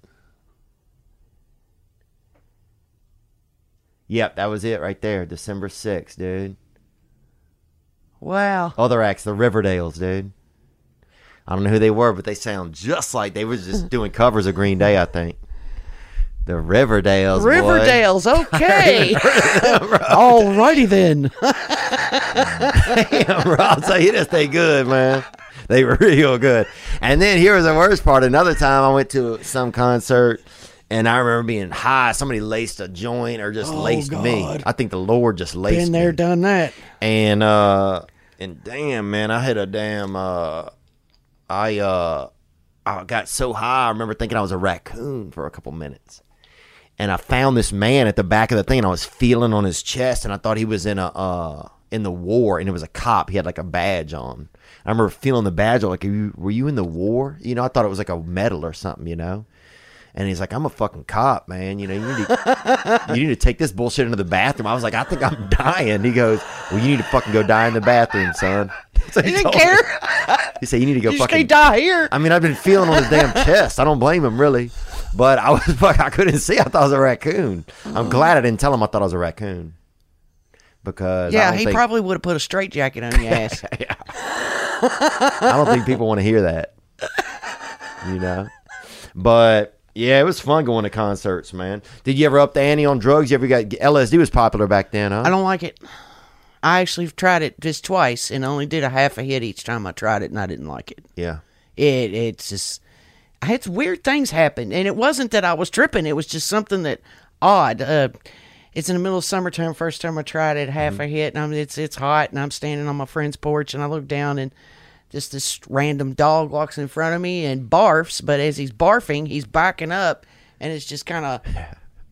Yep, that was it right there. December sixth, dude.
Wow.
Other acts, the Riverdales, dude. I don't know who they were, but they sound just like they were just doing covers of Green Day, I think. The Riverdales. boy. *laughs*
Riverdale's okay. Alrighty then.
Damn, Rob, so you just stay good, man. They were real good. And then here was the worst part. Another time I went to some concert and I remember being high. Somebody laced a joint or just laced me. I think the Lord just laced
Oh, Been there,
me.
done that.
And uh and damn man, I had a damn uh I uh I got so high I remember thinking I was a raccoon for a couple minutes. And I found this man at the back of the thing and I was feeling on his chest and I thought he was in a uh in the war and it was a cop. He had like a badge on. I remember feeling the badge like are you, were you in the war? You know, I thought it was like a medal or something, you know. And he's like, I'm a fucking cop, man. You know, you need to you need to *laughs* take this bullshit into the bathroom. I was like, I think I'm dying. He goes, Well, you need to fucking go die in the bathroom, son. *laughs* So he
He didn't
told me.
care.
He said, You need to go
You
fucking
stay die here.
I mean, I've been feeling on his damn chest. I don't blame him really, but I was *laughs* fuck. I couldn't see. I thought I was a raccoon.
Uh-huh.
I'm glad I didn't tell him I thought I was a raccoon because I
Yeah,
don't
he
think,
probably would have put a straitjacket on your ass.
I don't
*laughs*
think people want to hear that. You know, but yeah, it was fun going to concerts, man. Did you ever up the ante on drugs? You ever got LSD was popular back then, huh?
I don't like it. I actually tried it just twice and only did a half a hit each time I tried it, and I didn't like it.
yeah.
It it's just I had weird things happen, and it wasn't that I was tripping. It was just something that odd. Uh, it's in the middle of summertime. First time I tried it, half
Mm-hmm.
a hit, and I'm, it's it's hot, and I'm standing on my friend's porch, and I look down, and just this random dog walks in front of me and barfs. But as he's barfing, he's backing up, and it's just kind of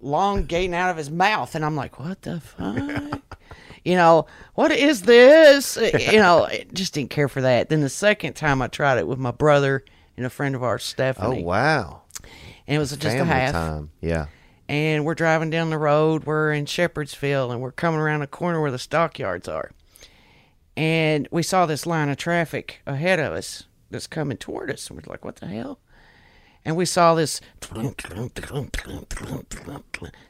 long gating out of his mouth, and I'm like, what the fuck? *laughs* you know, what is this? Uh, You know, I just didn't care for that. Then the second time I tried it with my brother and a friend of ours,
Oh
Stephanie,
wow.
and it was just a
Family
half.
time. Yeah.
And we're driving down the road. We're in Shepherdsville, and we're coming around a corner where the stockyards are. And we saw this line of traffic ahead of us that's coming toward us, and we're like, "What the hell?" And we saw this.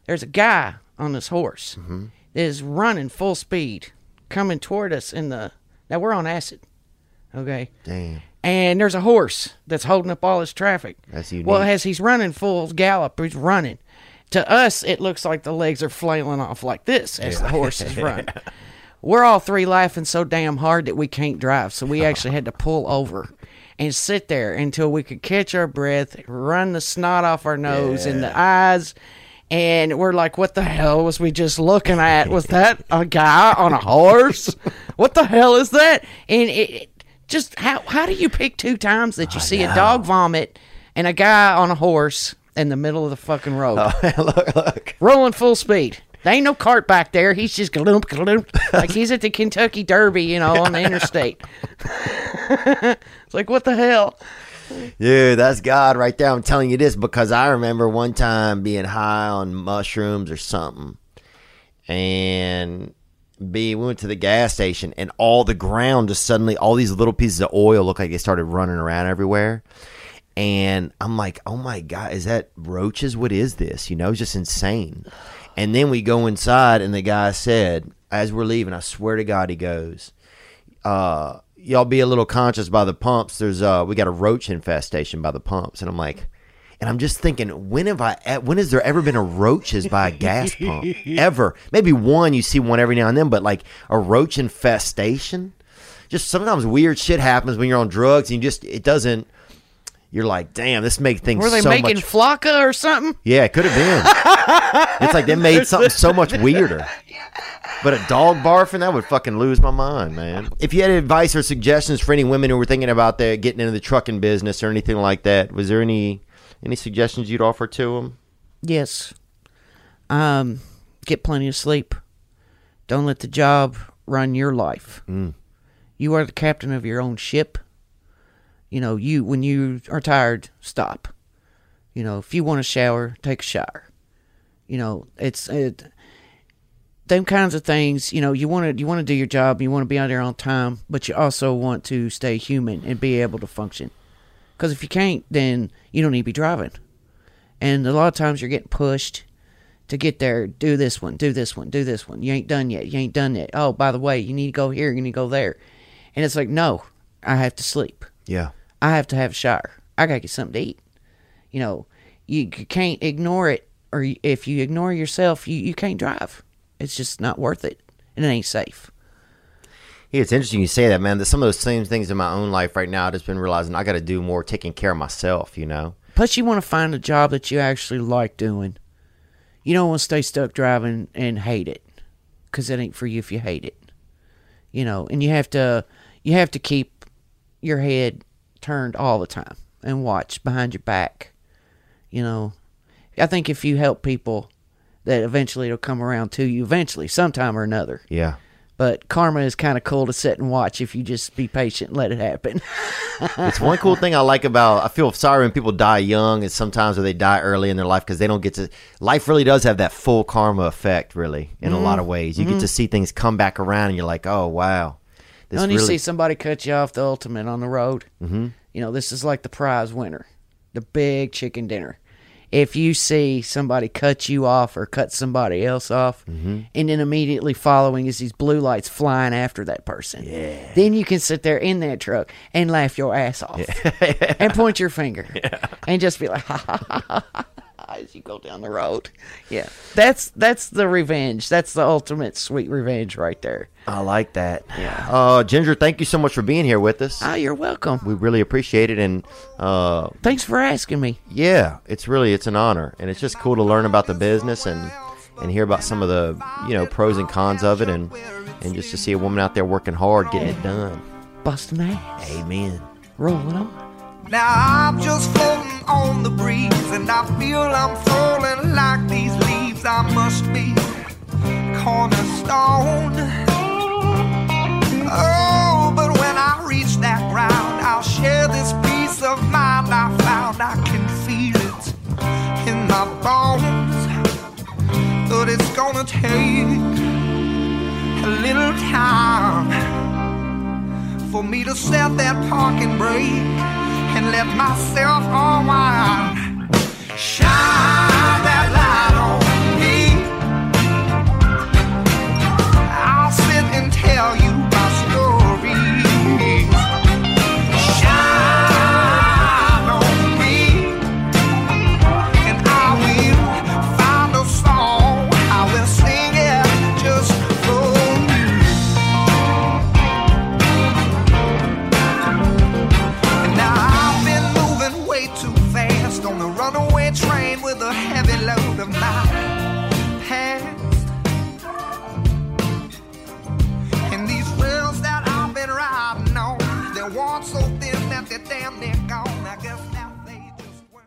There's a guy on this horse that is running full speed, coming toward us in the. Now we're on acid, okay?
Damn. *laughs*
and there's a horse that's holding up all this traffic.
That's unique.
Well, as he's running full gallop, he's running. To us, it looks like the legs are flailing off like this as the
*laughs*
horse is running. We're all three laughing so damn hard that we can't drive, so we actually had to pull over and sit there until we could catch our breath, run the snot off our nose and the eyes. And we're like, what the hell was we just looking at? Was that a guy on a horse? What the hell is that? And it, it just how how do you pick two times that you see a dog vomit and a guy on a horse in the middle of the fucking road
look, look.
rolling full speed? There ain't no cart back there. He's just gloomp, gloomp, like he's at the Kentucky Derby, you know, on the interstate. *laughs* it's like what the hell?
Dude, that's God right there. I'm telling you this because I remember one time being high on mushrooms or something. And B, we went to the gas station and all the ground just suddenly, all these little pieces of oil looked like they started running around everywhere. And I'm like, oh my God, is that roaches? What is this? You know, it's just insane. And then we go inside and the guy said, as we're leaving, I swear to God, he goes, uh, y'all be a little conscious by the pumps. There's uh, we got a roach infestation by the pumps, and I'm like, and I'm just thinking, when have I? e- When has there ever been a roaches by a gas
*laughs*
pump ever? Maybe one you see one every now and then, but like a roach infestation. Just sometimes weird shit happens when you're on drugs, and you just it doesn't. You're like, damn, this makes things
Were they
so
making
much
flocka or something?
yeah, it could have been. it's like they made something so much weirder. But a dog barfing, that would fucking lose my mind, man. If you had advice or suggestions for any women who were thinking about the, getting into the trucking business or anything like that, was there any any suggestions you'd offer to them?
Yes. Um, get plenty of sleep. Don't let the job run your life. You are the captain of your own ship. You know, you when you are tired, stop. You know, if you want a shower, take a shower. You know, it's it, them kinds of things. You know, you want to you want to do your job, you want to be out there on time, but you also want to stay human and be able to function. Because if you can't, then you don't need to be driving and a lot of times you're getting pushed to get there do this one do this one do this one you ain't done yet you ain't done yet oh by the way you need to go here you need to go there and it's like no i have to sleep
Yeah.
i have to have a shower i gotta get something to eat you know you c- can't ignore it or y- if you ignore yourself, you, you can't drive. It's just not worth it, and it ain't safe.
Yeah, it's interesting you say that, man. That some of those same things in my own life right now, I've just been realizing I got to do more taking care of myself, you know?
Plus, you want to find a job that you actually like doing. You don't want to stay stuck driving and hate it, because it ain't for you if you hate it. You know, and you have to you have to keep your head turned all the time and watch behind your back. You know, I think if you help people, that eventually it'll come around to you eventually, sometime or another.
Yeah.
But karma is kind of cool to sit and watch if you just be patient and let it happen. *laughs*
It's one cool thing I like about I feel sorry when people die young and sometimes or they die early in their life because they don't get to life really does have that full karma effect really in a lot
Mm-hmm.
of ways. You get to see things come back around and you're like, oh wow. This
When you see
really
somebody cut you off the ultimate on the road, mm-hmm. you know, this is like the prize winner, the big chicken dinner. If you see somebody cut you off or cut somebody else off, and then immediately following is these blue lights flying after that person, yeah. then you can sit there in that truck and laugh your ass off *laughs* and point your finger and just be like, ha ha ha ha ha as you go down the road. Yeah, that's that's the revenge. That's the ultimate sweet revenge right there.
I like that. Yeah. Uh Ginger, thank you so much for being here with us.
Ah, you're welcome.
we really appreciate it and uh
Thanks for asking me.
yeah, it's really it's an honor and it's just cool to learn about the business and and hear about some of the, you know, pros and cons of it and and just to see a woman out there working hard getting it done.
Busting ass,
Amen.
rolling on.
Now I'm just floating on the breeze, and I feel I'm falling like these leaves. I must be cornerstone. Oh, but when I reach that ground, I'll share this peace of mind I found. I can feel it in my bones, but it's gonna take a little time for me to set that parking brake and let myself unwind. Shine that light on me. I'll sit and tell you my story. Shine on me, and I will find a song. I will sing it just for you. Now I've been moving way too fast on the runaway train with a heavy load of my past. And these rails that I've been riding on, they're worn so thin that they're damn near gone. I guess now they just weren't.